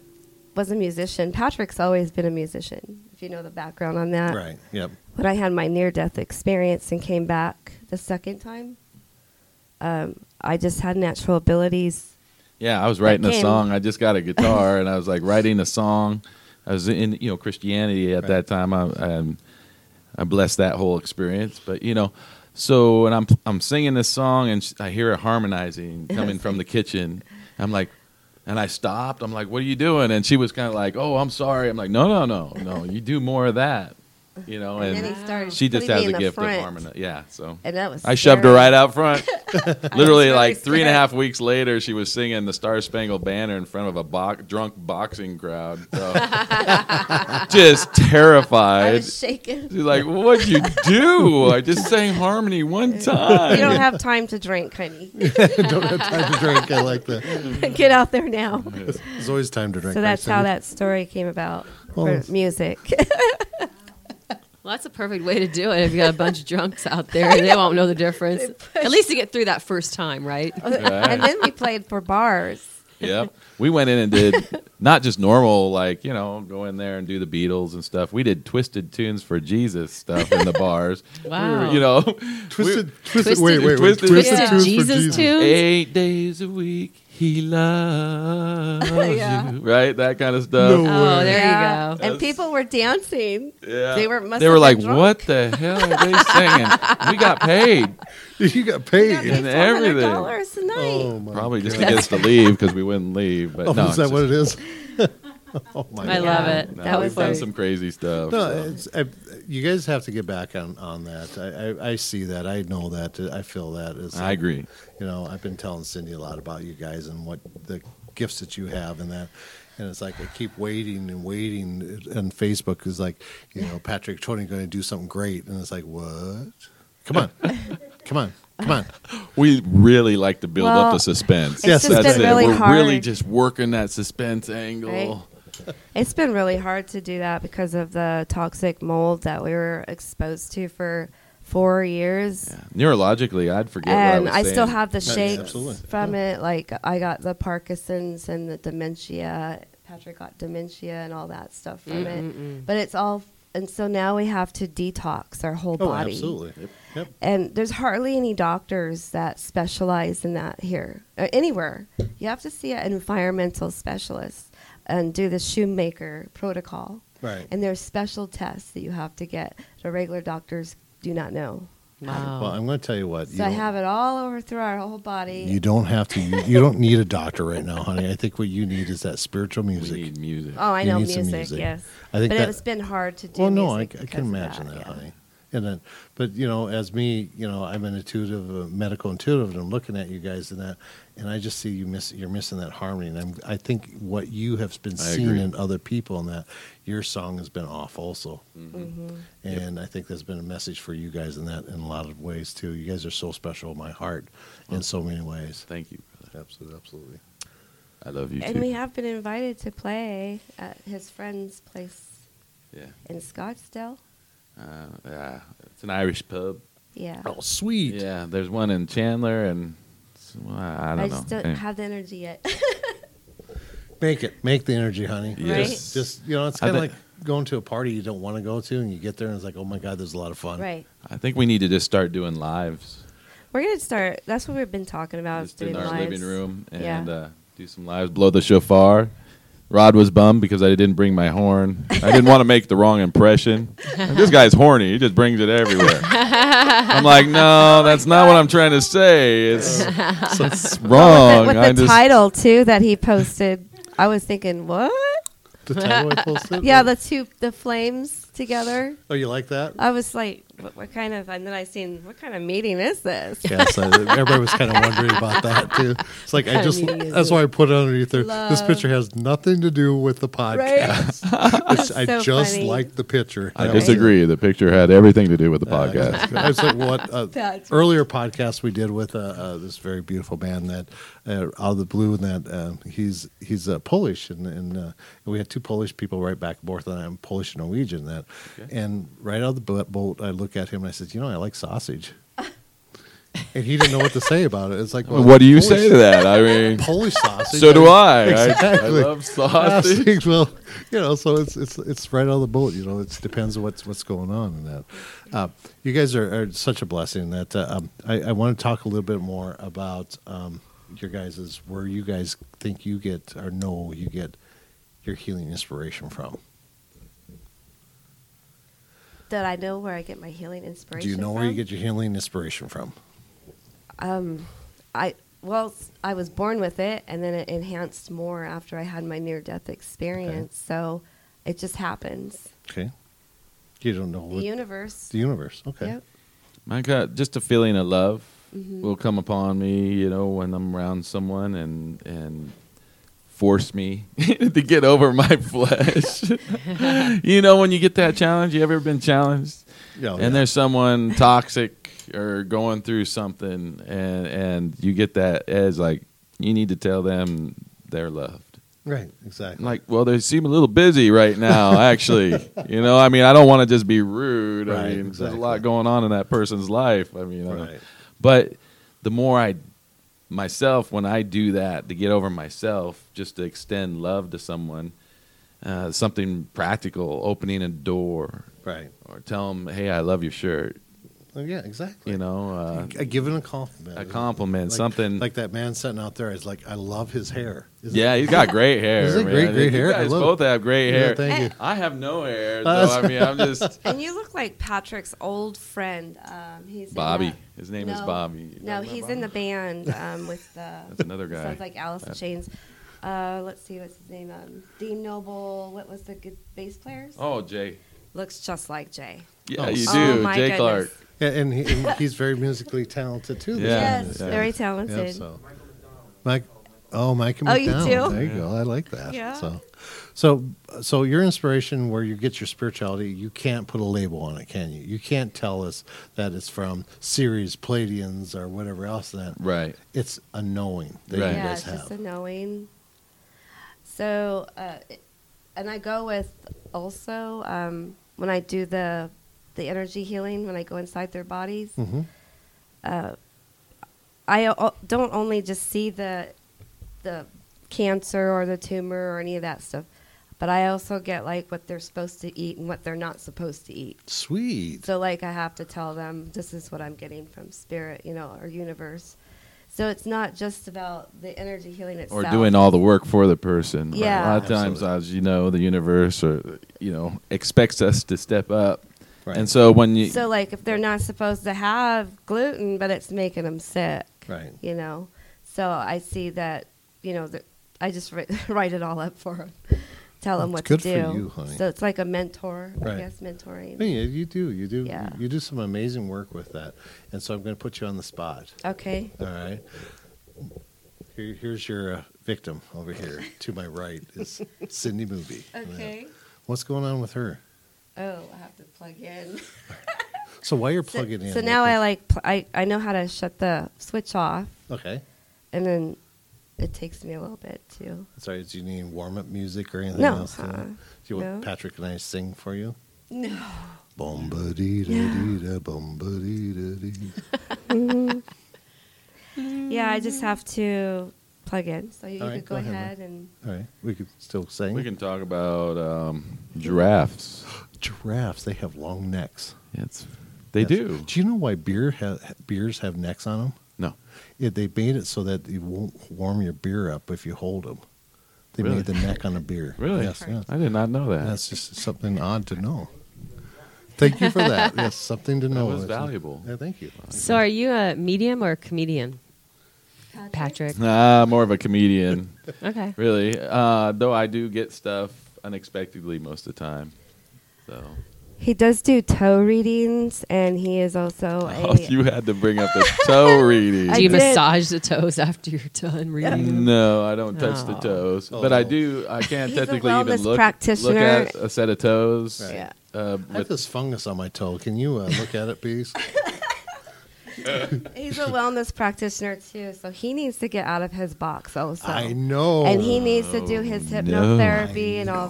was a musician. Patrick's always been a musician. If you know the background on that,
right. Yep.
when I had my near death experience and came back the second time, um, I just had natural abilities.
Yeah, I was writing a
came-
song. I just got a guitar, and I was like writing a song. I was in, you know, Christianity at
Right.
that time. I, I, I blessed that whole experience, but you know, so and I'm I'm singing this song, and sh- I hear it harmonizing coming from the kitchen. I'm like, and I stopped. I'm like, what are you doing? And she was kind of like, oh, I'm sorry. I'm like, no, no, no, no. You do more of that, you know.
And,
And,
then he started
Oh, she just
putting me
has
in
a
the
gift
front,
of harmony. Yeah, so
And that was
I shoved her
scary.
right out front. Literally,
really
like three and a
scared.
half weeks later, she was singing the Star Spangled Banner in front of a bo- drunk boxing crowd. So, just
I
terrified.
was
She's
shaking.
like, "What'd you do? I just sang harmony one
You
time."
don't have time to drink, honey.
Don't have time to drink. I like that.
Mm-hmm.
Get out there now.
There's always time to drink.
So that's
right,
how
Cindy?
that story came about
Well,
for
it's-
music.
Well, that's a perfect way to do it if you got a bunch of drunks out there. They won't know the difference. At least you get through that first time, right?
Oh, and then we played for bars.
yep. We went in and did not just normal, like you know, go in there and do the Beatles and stuff. We did twisted tunes for Jesus stuff in the bars. We were,
Wow.
you know,
Twisted,
we-
twisted,
Twisted-
wait, wait, wait.
Twisted-
Twisted
Twisted
Truth for
Jesus too?
Eight days a week, he loves
Yeah.
you. Right, that kind of stuff.
No.
Oh, there you go.
And people were dancing.
Yeah.
They were must
They
have
were
been
like,
drunk.
"What the hell are they singing? we got paid,
You got paid.
Yeah.
They
and
paid $400
Oh,
a night.
my
probably just to
God.
get us to leave because we wouldn't leave." But
Oh,
no,
is that
it's
what
just-
it is? oh my
I
God.
love it.
no,
that
we've
was
done
like,
some crazy stuff.
No,
so.
it's, I, you guys have to get back on on that. I, I, I see that. I know that. I feel that. It's
I agree.
You know, I've been telling Cindy a lot about you guys and what the gifts that you have and that. And it's like I keep waiting and waiting. And Facebook is like, you know, Patrick Tony going to do something great, and it's like, what? Come on, come on, come on.
We really like to build up
Well,
the suspense.
it's Yes, just
that's
been
it.
really
We're really
hard.
just working that suspense angle.
It's been really hard to do that because of the toxic mold that we were exposed to for four years.
Yeah. Neurologically, I'd forget.
and
what
I,
I, was
still
saying.
have the
Yeah,
shakes
absolutely.
from it. Like I got the Parkinson's and the dementia. Patrick got dementia and all that stuff from it. But it's all, and so now we have to detox our whole
Oh,
body.
absolutely. Yep. yep.
And there's hardly any doctors that specialize in that here, or anywhere. You have to see an environmental specialist and do the shoemaker protocol.
Right.
And there's special tests that you have to get. The regular doctors do not know.
Wow.
Well, I'm going to tell you what. you
So I
don't-
have it all over through our whole body.
You don't have to. You, you don't need a doctor right now, honey. I think what you need is that spiritual music.
We need music.
Oh, I
You
know
need some
music,
music.
Yes,
I think
but
that-
it's been hard to do.
well, no, I, I
music
can
because of
imagine that,
yeah.
honey. And then, but you know, as me, you know, I'm an intuitive, a medical intuitive, and I'm looking at you guys and that, and I just see you miss, you're missing that harmony. And I'm, I think what you have been
I
seeing
agree.
in other people and that your song has been off also.
Mm-hmm.
And I think there's been a message for you guys in that in a lot of ways too. You guys are so special in my heart in so many ways.
Thank you, brother.
Absolutely, absolutely.
I love you
And
too.
we have been invited to play at his friend's place
yeah.
in Scottsdale.
Uh, yeah, it's an Irish pub.
Yeah,
Oh, sweet.
Yeah, there's one in Chandler, and it's- well, I I don't
I
know.
just don't
Anyway.
have the energy yet.
Make it, make the energy, honey.
Yes.
Just, just you know, it's
I
kind of
bet-
like going to a party you don't want to go to, and you get there and it's like, oh my god, there's a lot of fun.
right,
I think we need to just start doing lives.
we're gonna start. That's what we've been talking about. is
just in
doing
our
lives.
living room and
Yeah.
uh, do some lives, blow the shofar. Rod was bummed because I didn't bring my horn. I didn't want to make the wrong impression. Like, this guy's horny. He just brings it everywhere. I'm like, no, that's not what I'm trying to say. It's, it's wrong.
With
I
the
just,
title too that he posted, I was thinking, what?
The title I
Mm-hmm.
posted.
Yeah, the Uh, two the flames together.
Oh, you like that?
I was like, what, what kind of? And then I seen, what kind of meeting is this?
Yes, I, everybody was kind of wondering about that too. It's like I just
meeting is
that's why I put it underneath there. This
Love.
picture has nothing to do with the podcast. It's- I
so
just
funny.
like the picture.
I
That was it.
disagree. The picture had everything to do with the
Uh, I
podcast.
just- I was like, what uh,
That's-
earlier podcast we did with uh, uh, this very beautiful man that uh, out of the blue, and that uh, he's he's uh, Polish, and, and uh, we had two Polish people right back and forth, and I'm Polish and Norwegian. That, and right out of the bo- bolt, I look at him and I said, you know, I like sausage, and he didn't know what to say about it. It's like, well,
What do you
Polish-
say to that? I mean,
Polish sausage.
so do I. I. I
Exactly.
love sausage.
Sausage, well, you know, so it's it's it's right out of the boat. You know, it depends on what's what's going on in that. Uh, you guys are, are such a blessing that uh, um, I, I want to talk a little bit more about um, your guys's where you guys think you get or know you get your healing inspiration from.
that I know where I get my healing
Do
inspiration.
you know where you
from?
get your healing inspiration from?
Um, I well, s- I was born with it, and then it enhanced more after I had my near-death experience. So it just happens.
Okay, you don't know what
the universe.
the universe. Okay,
Yep.
My God, just a feeling of love will come upon me, you know, when I'm around someone and and force me to get over my flesh. you know, when you get that challenge, you ever been challenged?
Oh, yeah,
and there's someone toxic or going through something, and and you get that as like you need to tell them they're loved.
right, exactly.
I'm like, well, they seem a little busy right now, actually. you know, I mean, I don't want to just be rude. I
Right,
mean, there's
exactly.
a lot going on in that person's life. I mean, I don't-
Right.
but the more I myself, when I do that to get over myself, just to extend love to someone, uh, something practical, opening a door
Right.
or tell them, hey, I love your shirt,
Oh, yeah, exactly.
you know, uh,
I give it a compliment.
a compliment,
Like-
something.
like that man sitting out there is like, I love his hair. Is
yeah, he's got great hair.
He's got
man.
great, great
You
hair. I
guys
love it.
both have great
Yeah,
hair.
Eh.
thank you.
I have no hair, so
Uh,
I mean, I'm just.
And you look like Patrick's old friend. Um, he's in
Bobby.
the-
His name is
No.
Bobby.
No, he's in the band um, with the.
That's another guy.
Sounds like Alice in Chains. Uh, let's see what's his name. Um, Dean Noble. What was the good bass players?
Oh, Jay.
Looks just like Jay.
Yeah,
Oh,
you do.
so-
Oh, my
Jay
goodness.
Clark.
Yeah, and, he, and he's very musically talented too. this
Yeah.
man
yes,
is.
yeah.
very
Yeah,
talented.
so. Mike, oh, Mike and
Oh, you
McDowell.
do?
There you go. I like that.
Yeah.
So, so, so your inspiration, where you get your spirituality, you can't put a label on it, can you? You can't tell us that it's from Ceres, Pleiadians, or whatever else. That
Right.
it's a knowing that
Right.
you
yeah,
guys
it's just
have.
a knowing. So, uh, it- and I go with also um, when I do the the energy healing when I go inside their
Mm-hmm.
bodies.
hmm
uh, I o- don't only just see the the cancer or the tumor or any of that stuff, but I also get like what they're supposed to eat and what they're not supposed to eat.
Sweet.
So like I have to tell them this is what I'm getting from spirit, you know, or universe. So it's not just about the energy healing
or
itself.
doing all the work for the person.
Yeah.
A lot of times,
Absolutely.
as you know, the universe or you know expects us to step up,
Right.
and so when you
So like if they're not supposed to have gluten, but it's making them sick.
Right.
You know. So I see that. You know that I just write, write it all up for them. Tell them
That's
what
good
to do.
for you, honey.
So it's like a mentor,
Right.
I guess, mentoring.
Yeah, you do. You do.
Yeah.
You do some amazing work with that, and so I'm going to put you on the spot.
Okay.
All right. Here, here's your uh, victim over here to my right is Cindy Movie.
Okay.
What's going on with her?
Oh, I have to plug in.
So while you're
So-
plugging
so,
in,
now
what
I like pl- I I know how to shut the switch off,
the- Okay,
and then it takes me a little bit to.
sorry. Do you need warm up music or anything
No,
else? to-
uh-uh.
Do you want
No.
Patrick and I to sing for you?
No.
Bomba dee da dee da, bomba dee da dee.
Mm-hmm. Yeah, I just have to plug in. So you
All
could
right,
go,
go ahead,
ahead and.
All right, we could still sing.
we can talk about um, giraffes.
Giraffes, they have long necks.
It's they
Yes.
do
Do you know why beer ha- beers have necks on them?
no.
It, they made it so that you won't warm your beer up if you hold them. They
Really?
made the neck on a beer.
Really?
Yes, yes.
I did not know that.
That's just something odd to know. Thank you for that. Yes, something to know.
was valuable.
Yeah, thank you.
So, are you a medium or a comedian, Patrick?
Nah, more of a comedian,
Okay.
really. Uh, though I do get stuff unexpectedly most of the time. So
He does do toe readings, and he is also
oh,
a.
you had to bring up the toe reading.
I
Do you
did.
massage the toes after you're done reading?
No, I don't touch the
Oh.
toes,
Oh.
but I do. I can't
He's a
technically
wellness
even look
practitioner.
look at a set of toes.
Right.
Yeah.
Uh,
I have
with,
this fungus on my toe. Can you uh, look at it, please?
He's a wellness practitioner too, so he needs to get out of his box also.
I know.
And he needs to do his
no.
hypnotherapy and
know.
all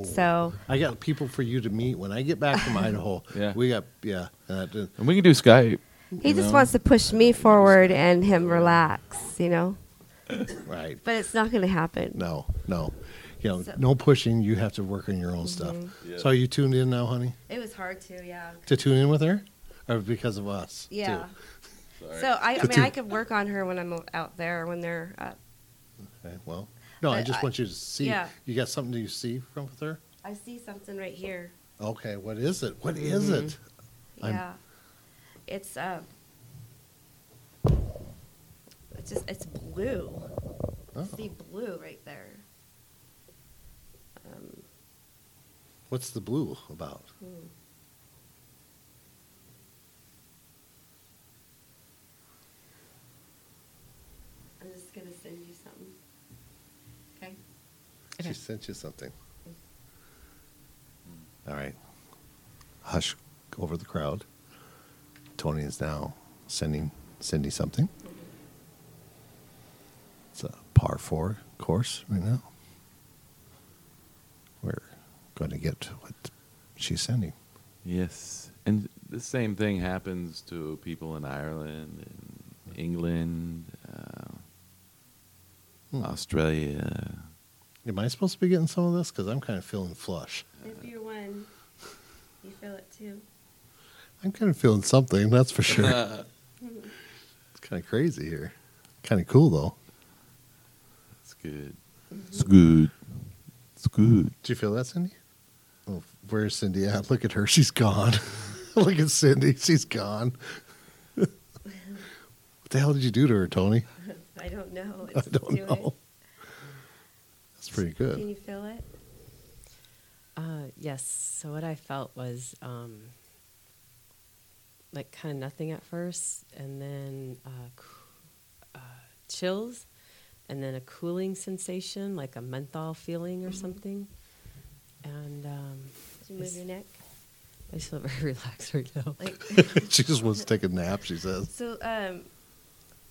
that. So
I got people for you to meet when I get back from Idaho.
Yeah.
We got yeah. and that- uh,
and we can do Skype.
he just
know?
wants to push me forward and him relax, you know.
right.
But it's not going to happen.
No, no. You know,
So- Mm-hmm.
no pushing. You have to work on your own stuff.
Yeah.
So are you tuned in now, honey?
It was hard to, yeah.
To tune in with her? Or because of us? too?
Yeah. So I, I mean, I could work on her when I'm out there when they're uh, up.
Okay, well, no, I
I-
just
I-
want you to see.
yeah.
You got something to see from with her?
I see something right here.
Okay, what is it? What is
Mm-hmm.
it? I'm-
Yeah. It's uh it's just it's blue.
Oh,
See blue right there. Um,
what's the blue about?
hmm. I'm just gonna send you something. Okay.
She sent you something. All right. Hush over the crowd. Tony is now sending Cindy something. It's a par four course right now. We're going to get what she's sending.
Yes, and the same thing happens to people in Ireland, and England, uh,
Hmm.
Australia.
Am I supposed to be getting some of this? Because I'm kind of feeling flush.
If you're one, you feel it too.
I'm kind of feeling something, that's for sure. it's kind of crazy here. Kind of cool, though.
It's good. It's good. It's good.
Do you feel that, Cindy? Oh, where's Cindy at? Look at her. She's gone. Look at Cindy. She's gone. what the hell did you do to her, Tony?
I don't know.
I
It's
don't
doing-
know. That's pretty
Can
good.
you feel it?
Uh, yes. So what I felt was um, like kind of nothing at first, and then uh, coo- uh, chills, and then a cooling sensation, like a menthol feeling or something. And um,
Did you move your neck?
I just feel very relaxed right now.
Like
she just wants to take a nap, she says.
so um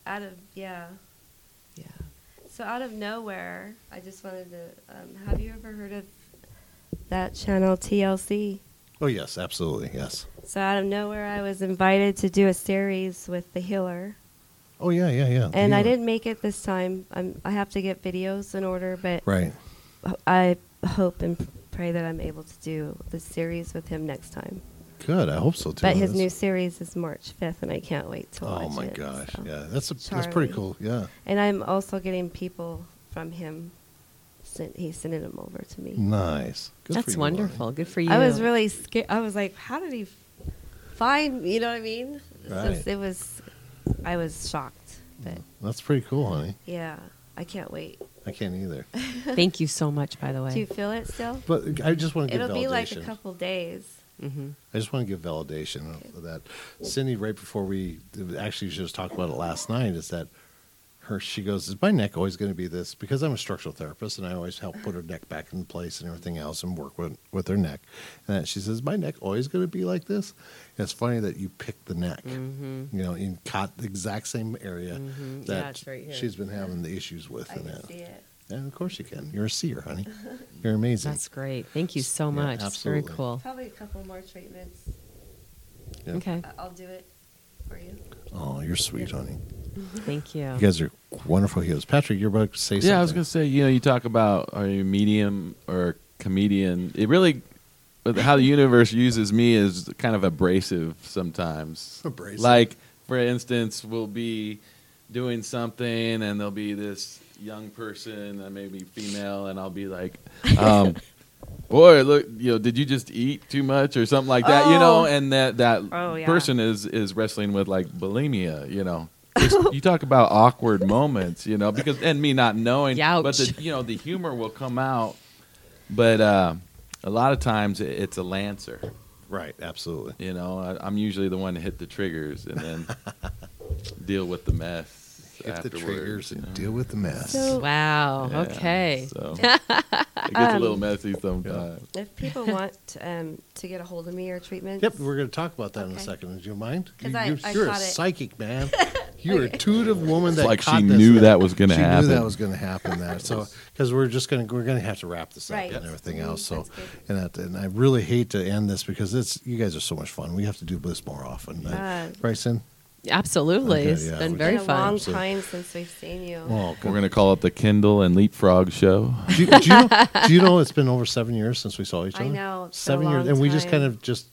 out of yeah.
Yeah.
So out of nowhere, I just wanted to. Um, have you ever heard of that channel TLC?
Oh, yes, absolutely. Yes.
So out of nowhere, I was invited to do a series with the healer,
Oh yeah, yeah, yeah.
and I
Yeah.
didn't make it this time. I'm, I have to get videos in order, but
Right.
I hope and pray that I'm able to do the series with him next time.
Good. I hope so too.
But his new
That's-
series is March 5th, and I can't wait to watch
Oh
it.
my gosh.
so.
Yeah. That's a, that's pretty
Charlie.
cool. Yeah.
And I'm also getting people from him. Sent, he's sending them over to me.
Nice. Good for
That's
you, Lonnie.
wonderful. Good for you.
I was really scared. I was like, how did he f- find me? You know what I mean? So
Right.
It was, I was shocked. But
That's pretty cool, honey.
yeah, I can't wait.
I can't either.
Thank you so much, by the
Do you
way.
feel it still?
But I just want to give
It'll
validation.
be like a couple days.
hmm
I just want to give validation of that. Cindy, right before we actually she was talking about it last night, is that her she goes, Is my neck always going to be this? Because I'm a structural therapist and I always help put her neck back in place and everything else and work with, with her neck. And that she says, My neck always going to be like this. And it's funny that you picked the neck,
Mm-hmm.
you know, and caught the exact same area
Mhm. Yeah,
that
it's right here.
she's been having the issues with.
I
and,
can
that.
see it.
and of course you can. You're a seer, honey. You're amazing.
That's great. Thank you
Yeah,
so much. It's very
absolutely.
cool.
Probably a couple more treatments.
Yeah.
Okay.
I- I'll do it for you.
Oh, you're sweet, honey.
Thank you.
You guys are wonderful heroes. Patrick, you're about to say something.
Yeah, I was gonna say, you know, you talk about are you a medium or a comedian? It really, but how the universe uses me is kind of abrasive sometimes.
Abrasive.
Like, for instance, we'll be doing something, and there'll be this young person, uh, maybe female, and I'll be like, um, "Boy, look, you know, did you just eat too much or something like that?" You know,
Oh.
and that that
Oh, yeah.
person is is wrestling with like bulimia. You know. Just- you talk about awkward moments, you know, because and me not knowing, but the
Youch.
you know the humor will come out, but uh, a lot of times it- it's a lancer,
Right, absolutely.
you know. I, I'm usually the one to hit the triggers and then deal with the mess.
Hit the
afterwards,
triggers
you
and
know.
deal with the mess.
So-
Wow.
Yeah,
okay. Um,
so it gets a little messy sometimes.
If people want um, to get a hold of me or treatments,
yep, we're going to talk about that in a
Okay.
second. Do you mind?
'Cause
You-
I-
you're
I
you're a
caught it.
psychic man. You're a intuitive woman that
like she
caught this.
knew that was gonna
She
happen.
knew that was going to happen. That so because we're just going to we're going to have to wrap this up
Right.
and everything else. So
That's good.
and that, and I really hate to end this because it's you guys are so much fun. We have to do this more often.
Yeah.
Bryson.
Absolutely.
Okay,
it's
yeah,
been
we-
very
it's been a long
fun.
So-
time since we've seen you.
Oh,
We're
good.
gonna call it the Kindle and Leapfrog Show.
do, you, do, you know, do you know it's been over seven years since we saw each
I
other?
know, it's been a
seven years,
long
and we just
time.
kind of just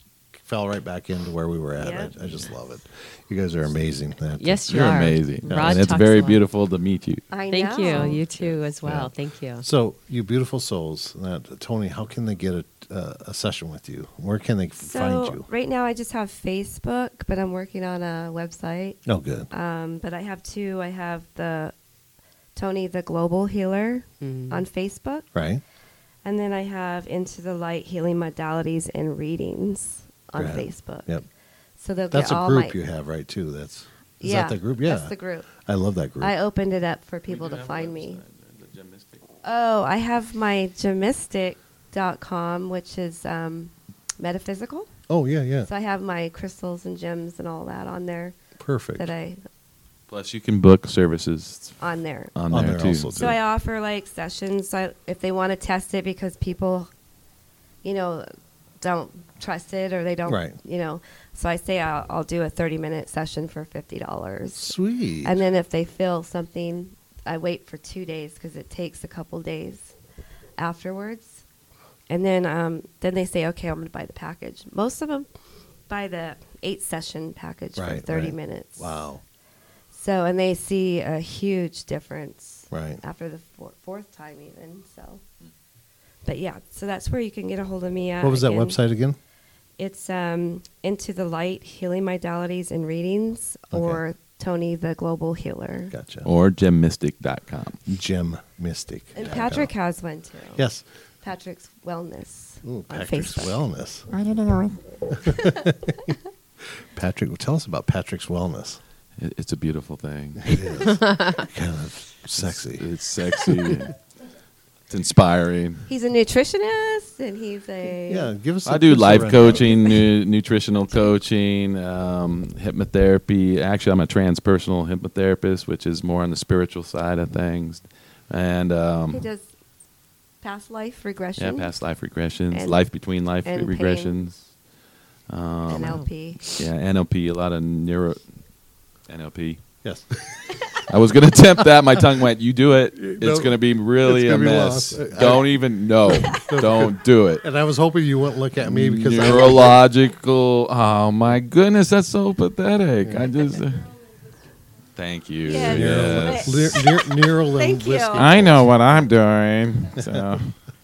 fell right back into where we were at.
Yeah.
I, I just love it. You guys are amazing. That-
Yes, you
You're
are.
amazing,
Rod
and it's
talks
very
a lot.
beautiful to meet you.
I
Thank
know.
you. You too, as well.
Yeah.
Thank you.
So you beautiful souls. That Tony, how can they get a uh, a session with you? Where can they find you?
So right now I just have Facebook, but I'm working on a website.
No Oh, good.
Um, but I have two. I have the Tony the Global Healer
Mm.
on Facebook,
Mm-hmm. right.
and then I have Into the Light Healing Modalities and Readings on
Right.
Facebook.
Yep.
So they'll
That's
get
a
all
group
my,
you have, right? Too. That's is
yeah,
that the group? Yeah.
that's the group.
I love that group.
I opened it up for people to find me. Oh, I have my gemistic.com, which is um, metaphysical.
oh yeah, yeah.
So I have my crystals and gems and all that on there
Perfect.
that I
Plus, you can book services
on there.
on,
On
there,
there
too.
also,
So I offer like sessions so if they want to test it because people, you know, don't trust it or they don't,
Right.
you know. So I say I'll, I'll do a 30 minute session for $50.
Sweet.
And then if they feel something, I wait for two days because it takes a couple days afterwards. And then um, then they say, okay, I'm going to buy the package. Most of them buy the eight session package
right.
for 30
right.
minutes.
Wow.
So, and they see a huge difference
Right.
after the four, fourth time, even. So,
Hmm.
but yeah, so that's where you can get a hold of me at.
What was that
again.
website again?
It's um, Into the Light, Healing Modalities and Readings,
Okay.
or Tony the Global Healer.
Gotcha.
or gemmystic.com.
Gem Mystic.
And Patrick has one too.
Yes.
Patrick's Wellness.
Ooh,
on
Patrick's
Facebook.
Wellness. I don't know. Patrick, well, tell us about Patrick's Wellness.
It, it's a beautiful thing.
It is kind of sexy.
It's sexy. it's inspiring.
He's a nutritionist and he's a.
Yeah, give us.
I
a- uh,
do
give us a
life
rundown.
coaching, nu- nutritional coaching, um, hypnotherapy. Actually, I'm a transpersonal hypnotherapist, which is more on the spiritual side of things, and um,
He does past life regression.
yeah, past life regressions,
And-
life between life
and pain.
regressions, Um,
NLP.
Yeah, NLP, a lot of neuro NLP.
Yes.
I was gonna attempt that. My tongue went. You do it. It's
No,
gonna be really
it's gonna
a
be
mess.
lost.
Don't even know. Don't do it.
and I was hoping you wouldn't look at me because I-
neurological. oh my goodness, that's so pathetic. I just. thank you.
Yeah,
Neuro-
Yes.
le- ne-
Thank you.
Neuro-linguistic.
I know what I'm doing. So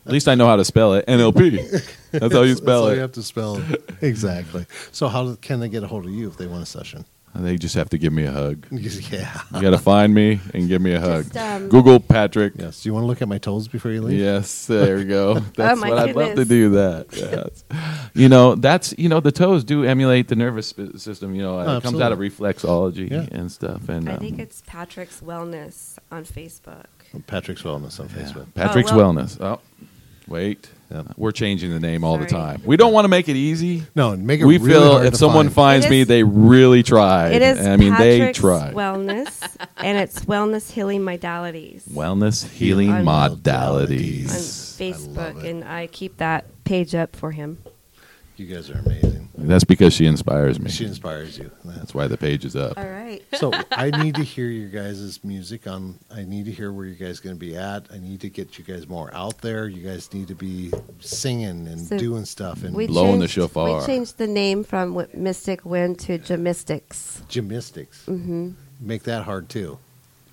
at least I know how to spell it. NLP. That's how you
That's
spell
all you
it.
have to spell it. exactly. So how can they get a hold of you if they want a session?
They just have to give me a hug.
yeah.
You got to find me and give me a hug.
Just, um,
Google Patrick.
Yes. Do you want to look at my toes before you leave?
Yes, there you go. That's
Oh my
what I'd love to
goodness.
do. That, Yes. you know, that's you know, the toes do emulate the nervous sp- system. You know, uh, it comes out of reflexology
Oh, Yeah.
and stuff. And
I
um,
think it's Patrick's Wellness on Facebook.
Patrick's Wellness on
yeah.
Facebook.
Patrick's
Oh, well-
Wellness. Oh, wait,
Yep.
we're changing the name all the
Sorry.
time. We don't want to make it easy.
No, and make it
we
really
feel
hard
if
to
someone
find.
finds
It
me,
is-
they really tried.
It is.
I mean,
Patrick's
they tried.
Wellness, and it's Wellness Healing Modalities
Wellness healing
On-
modalities.
I
on
love
Facebook,
it.
and I keep that page up for him.
You guys are amazing.
That's because she inspires me.
She inspires you. That's
That's why the page is up.
All right.
so I need to hear your guys' music on I need to hear where you guys going to be at. I need to get you guys more out there. You guys need to be singing and
So
doing stuff and
We
Blowing the
changed,
shofar.
We changed the name from Wi- Mystic Wind to Gymnastics.
gymnastics.
Mm-hmm.
Make that hard too.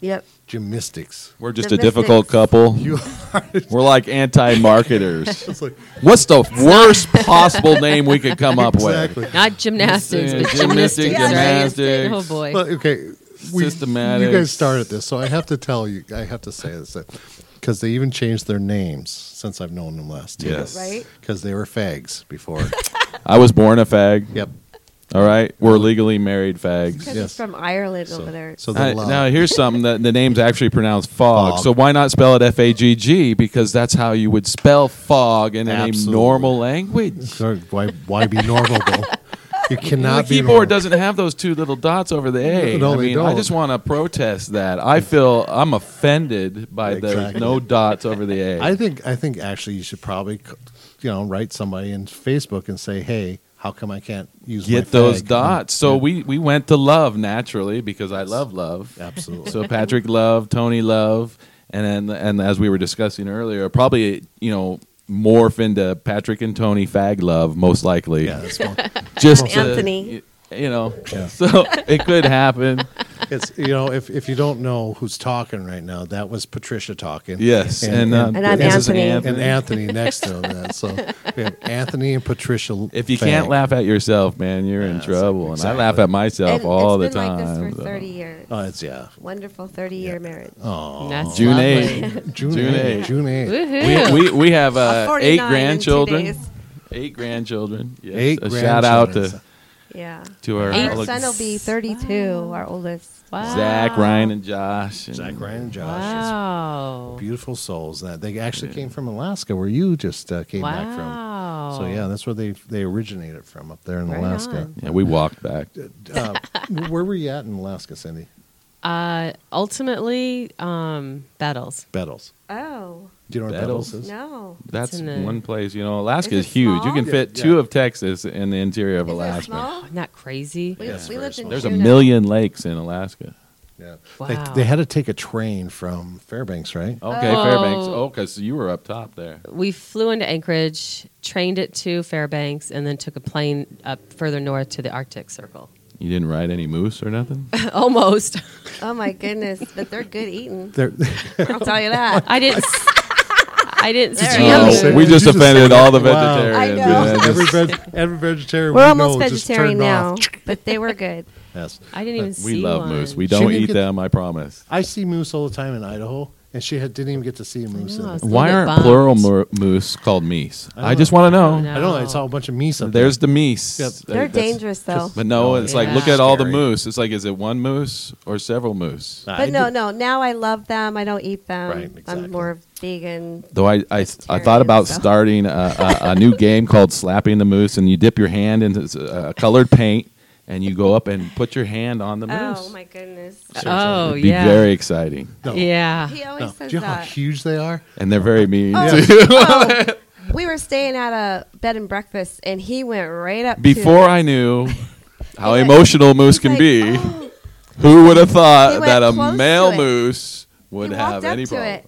Yep.
Gymnastics.
We're just
The
a difficult
Mystics.
couple.
You are
We're like anti-marketers.
it's like
What's the worst possible name we could come up
exactly.
Not gymnastics,
Yeah,
but
gymnastic,
gymnastics. are against it.
gymnastics.
Oh boy.
Well, okay. We,
Systematic.
You guys started this, so I have to tell you. I have to say this because they even changed their names since I've known them last.
with? Yes.
Right?
Because they were fags before.
I was born a fag.
yep.
All right. We're legally married fags.
Because
Yes.
it's from Ireland
So,
over there.
so
Uh,
they love.
now here's something that the name's actually pronounced fog.
Fog.
So why not spell it F A G G? Because that's how you would spell fog in
Absolutely.
a normal language.
Sorry, why? Why be normal? though? You cannot
the
be
keyboard
normal.
doesn't have those two little dots over the A.
No,
I
they
mean, I
don't.
just want to protest that. I feel I'm offended by the
Exactly.
no dots over the A.
I think. I think actually, you should probably, c- you know, write somebody in Facebook and say, "Hey, how come I can't use my
get those
fag?"
dots. So we we went to love naturally because I love love.
Absolutely.
So Patrick Love, Tony Love, and then and as we were discussing earlier, probably you know morph into Patrick and Tony Fag Love most likely.
yeah, that's one.
Just to-
Anthony.
y- you know,
Yeah.
so it could happen.
It's you know, if if you don't know who's talking right now, that was Patricia talking.
Yes, and
And-
uh,
And
I'm
this is
Anthony.
and Anthony next to him. That. So we have Anthony and Patricia.
If you
Fang.
can't laugh at yourself, man, you're in
That's
trouble.
exactly.
And I laugh at myself
And
all
it's
the
been
time.
like this for
so.
30 years.
oh, it's yeah.
Wonderful 30 year marriage.
Oh,
That's
June
lovely.
8th.
June
June
eighth.
eighth.
June eighth.
Woohoo.
we, we, we have uh,
I'm 49
eight
in two
grandchildren.
days.
Eight grandchildren. Yes.
Eight
a shout out to
grandchildren.
Yeah.
to our
Eight.
Our son will be 32, our oldest.
wow.
Zach,
Ah.
Ryan, and Josh. and-
Zach, Ryan, and Josh.
Wow.
Beautiful souls. That they actually came from Alaska, where you just uh, came back from.
Wow.
So yeah, that's where they they originated from up there in
Oh. Right
Alaska.
Yeah, we walked back.
Uh, where were you at in Alaska, Cindy?
Uh, ultimately, um, battles.
Bettles.
Oh,
Do you know what
Bettles?
Bettles is?
no.
That's
in the-
one place. You know, Alaska
Is
is,
it
huge. You
small?
can
Yeah,
fit
yeah.
two of Texas in the interior of
Is it
Alaska.
small?
Isn't that crazy?
We,
Yeah, it's
we
very
lived in
small.
There's a
Juneau.
million lakes in Alaska.
Yeah.
Wow.
They, they had to take a train from Fairbanks, right?
Okay,
Oh.
Fairbanks. Oh, because you were up top there.
We flew into Anchorage, trained it to Fairbanks, and then took a plane up further north to the Arctic Circle.
You didn't ride any moose or nothing?
Almost.
Oh, my goodness. But they're good eating.
They're-
I'll tell you that.
I didn't. s- I didn't
There
see
you go.
them.
Oh,
we
Did you
just
just
offended
say
all the
that? Wow.
vegetarians.
I know.
Yeah, just-
every, veg- every vegetarian
We're
we
almost
know just
vegetarian
turned
now,
off.
but they were good.
Yes.
I didn't even see
we love
one.
moose. We
She
don't
didn't
eat
get-
them, I promise.
I see moose all the time in Idaho, and she had, didn't even get to see a moose.
know,
in
I
it.
was-
Why
bit
aren't
bummed.
plural mo- moose called meese?
don't
I, just want to know.
know.
I don't know. I saw a bunch of meese up
There's
there.
the meese.
Yep.
They're
That's-
dangerous, though.
But no, it's like
Yeah.
look at all the
Scary.
moose. It's like is it one moose or several moose?
I
But no,
did-
no. Now I love them. I don't eat them.
Right, exactly.
I'm more vegan.
Though I, I, I thought about
Vegetarian, so.
starting a, a, a new game called Slapping the Moose, and you dip your hand into s- uh, colored paint, and you go up and put your hand on the moose.
Oh my goodness.
Oh
It'd be
yeah.
very exciting,
no.
yeah.
He always
No. Do
says
you know how
that.
huge they are?
and they're very mean.
Oh,
too.
oh, we were staying at a bed and breakfast, and he went right up.
Before
to,
I knew how
He's like-
emotional moose
he's
can
like,
be,
"Oh."
who would have thought
went
that a
close to
male
it.
moose would
He walked
have
up
any
to
problem?
it.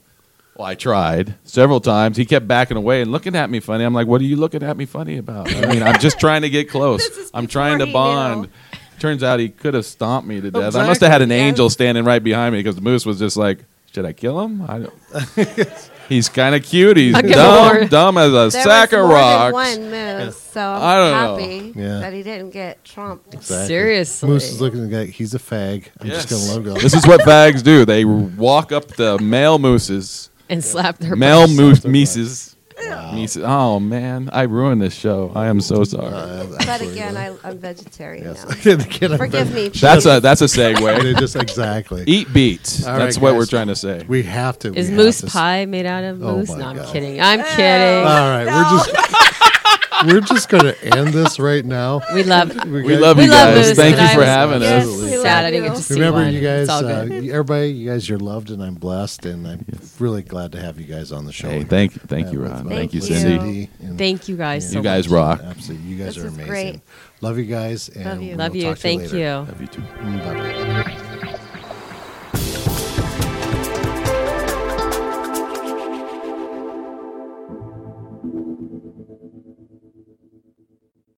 Well, I tried several times. He kept backing away and looking at me funny. I'm like, "What are you looking at me funny about?" I mean, I'm just trying to get close.
This is
I'm trying to
before he
bond.
knew.
Turns out he could have stomped me to death. I must have had an
Exactly, yeah.
angel standing right behind me because the moose was just like, "Should I kill him?" I don't. He's kind of cute. He's
I'll give him more.
dumb, dumb as a
there
sack
was
of
more
rocks.
than One move, so I'm
I don't know.
happy
Yeah.
that he didn't get trumped.
Exactly.
Seriously.
Moose is looking at the guy. He's a fag. I'm just
Yes.
gonna let him go.
This is what fags do. They walk up to male mooses,
and slap their
male
butts.
moose mises. Mises. Oh man, I ruined this show. I am so sorry.
Uh,
But again, I, I'm vegetarian
yes.
now.
Again, I'm
Forgive
back.
me.
that's
please.
a that's a
And
segue.
it just exactly.
Eat beets.
All
that's
right,
what
guys.
we're trying to say.
We have to.
Is
we
moose
have to-
pie made out of
Oh
moose?
my
no, I'm
God. Uh,
kidding. I'm kidding.
All right, we're just we're just gonna end this right now.
we love.
We love
We
you
love
guys.
moose.
Thank you
and
for
I'm
having
Yes,
us.
we
Sad
love
I didn't get
you.
to see
Remember,
one.
you guys,
It's all
uh,
good.
you- everybody, you guys, you're loved, and I'm blessed, and I'm really glad to have you guys on the show.
Hey, thank thank
Uh,
you,
with
Ron.
my-
Thank you,
with
you.
Cindy.
and
Thank you guys. so
You guys
much.
rock.
Absolutely, you guys
This
are
is
amazing.
great.
Love you guys, and
Love you.
we'll
Love you.
talk to
Thank
later.
you.
Love you too.
Mm, Bye.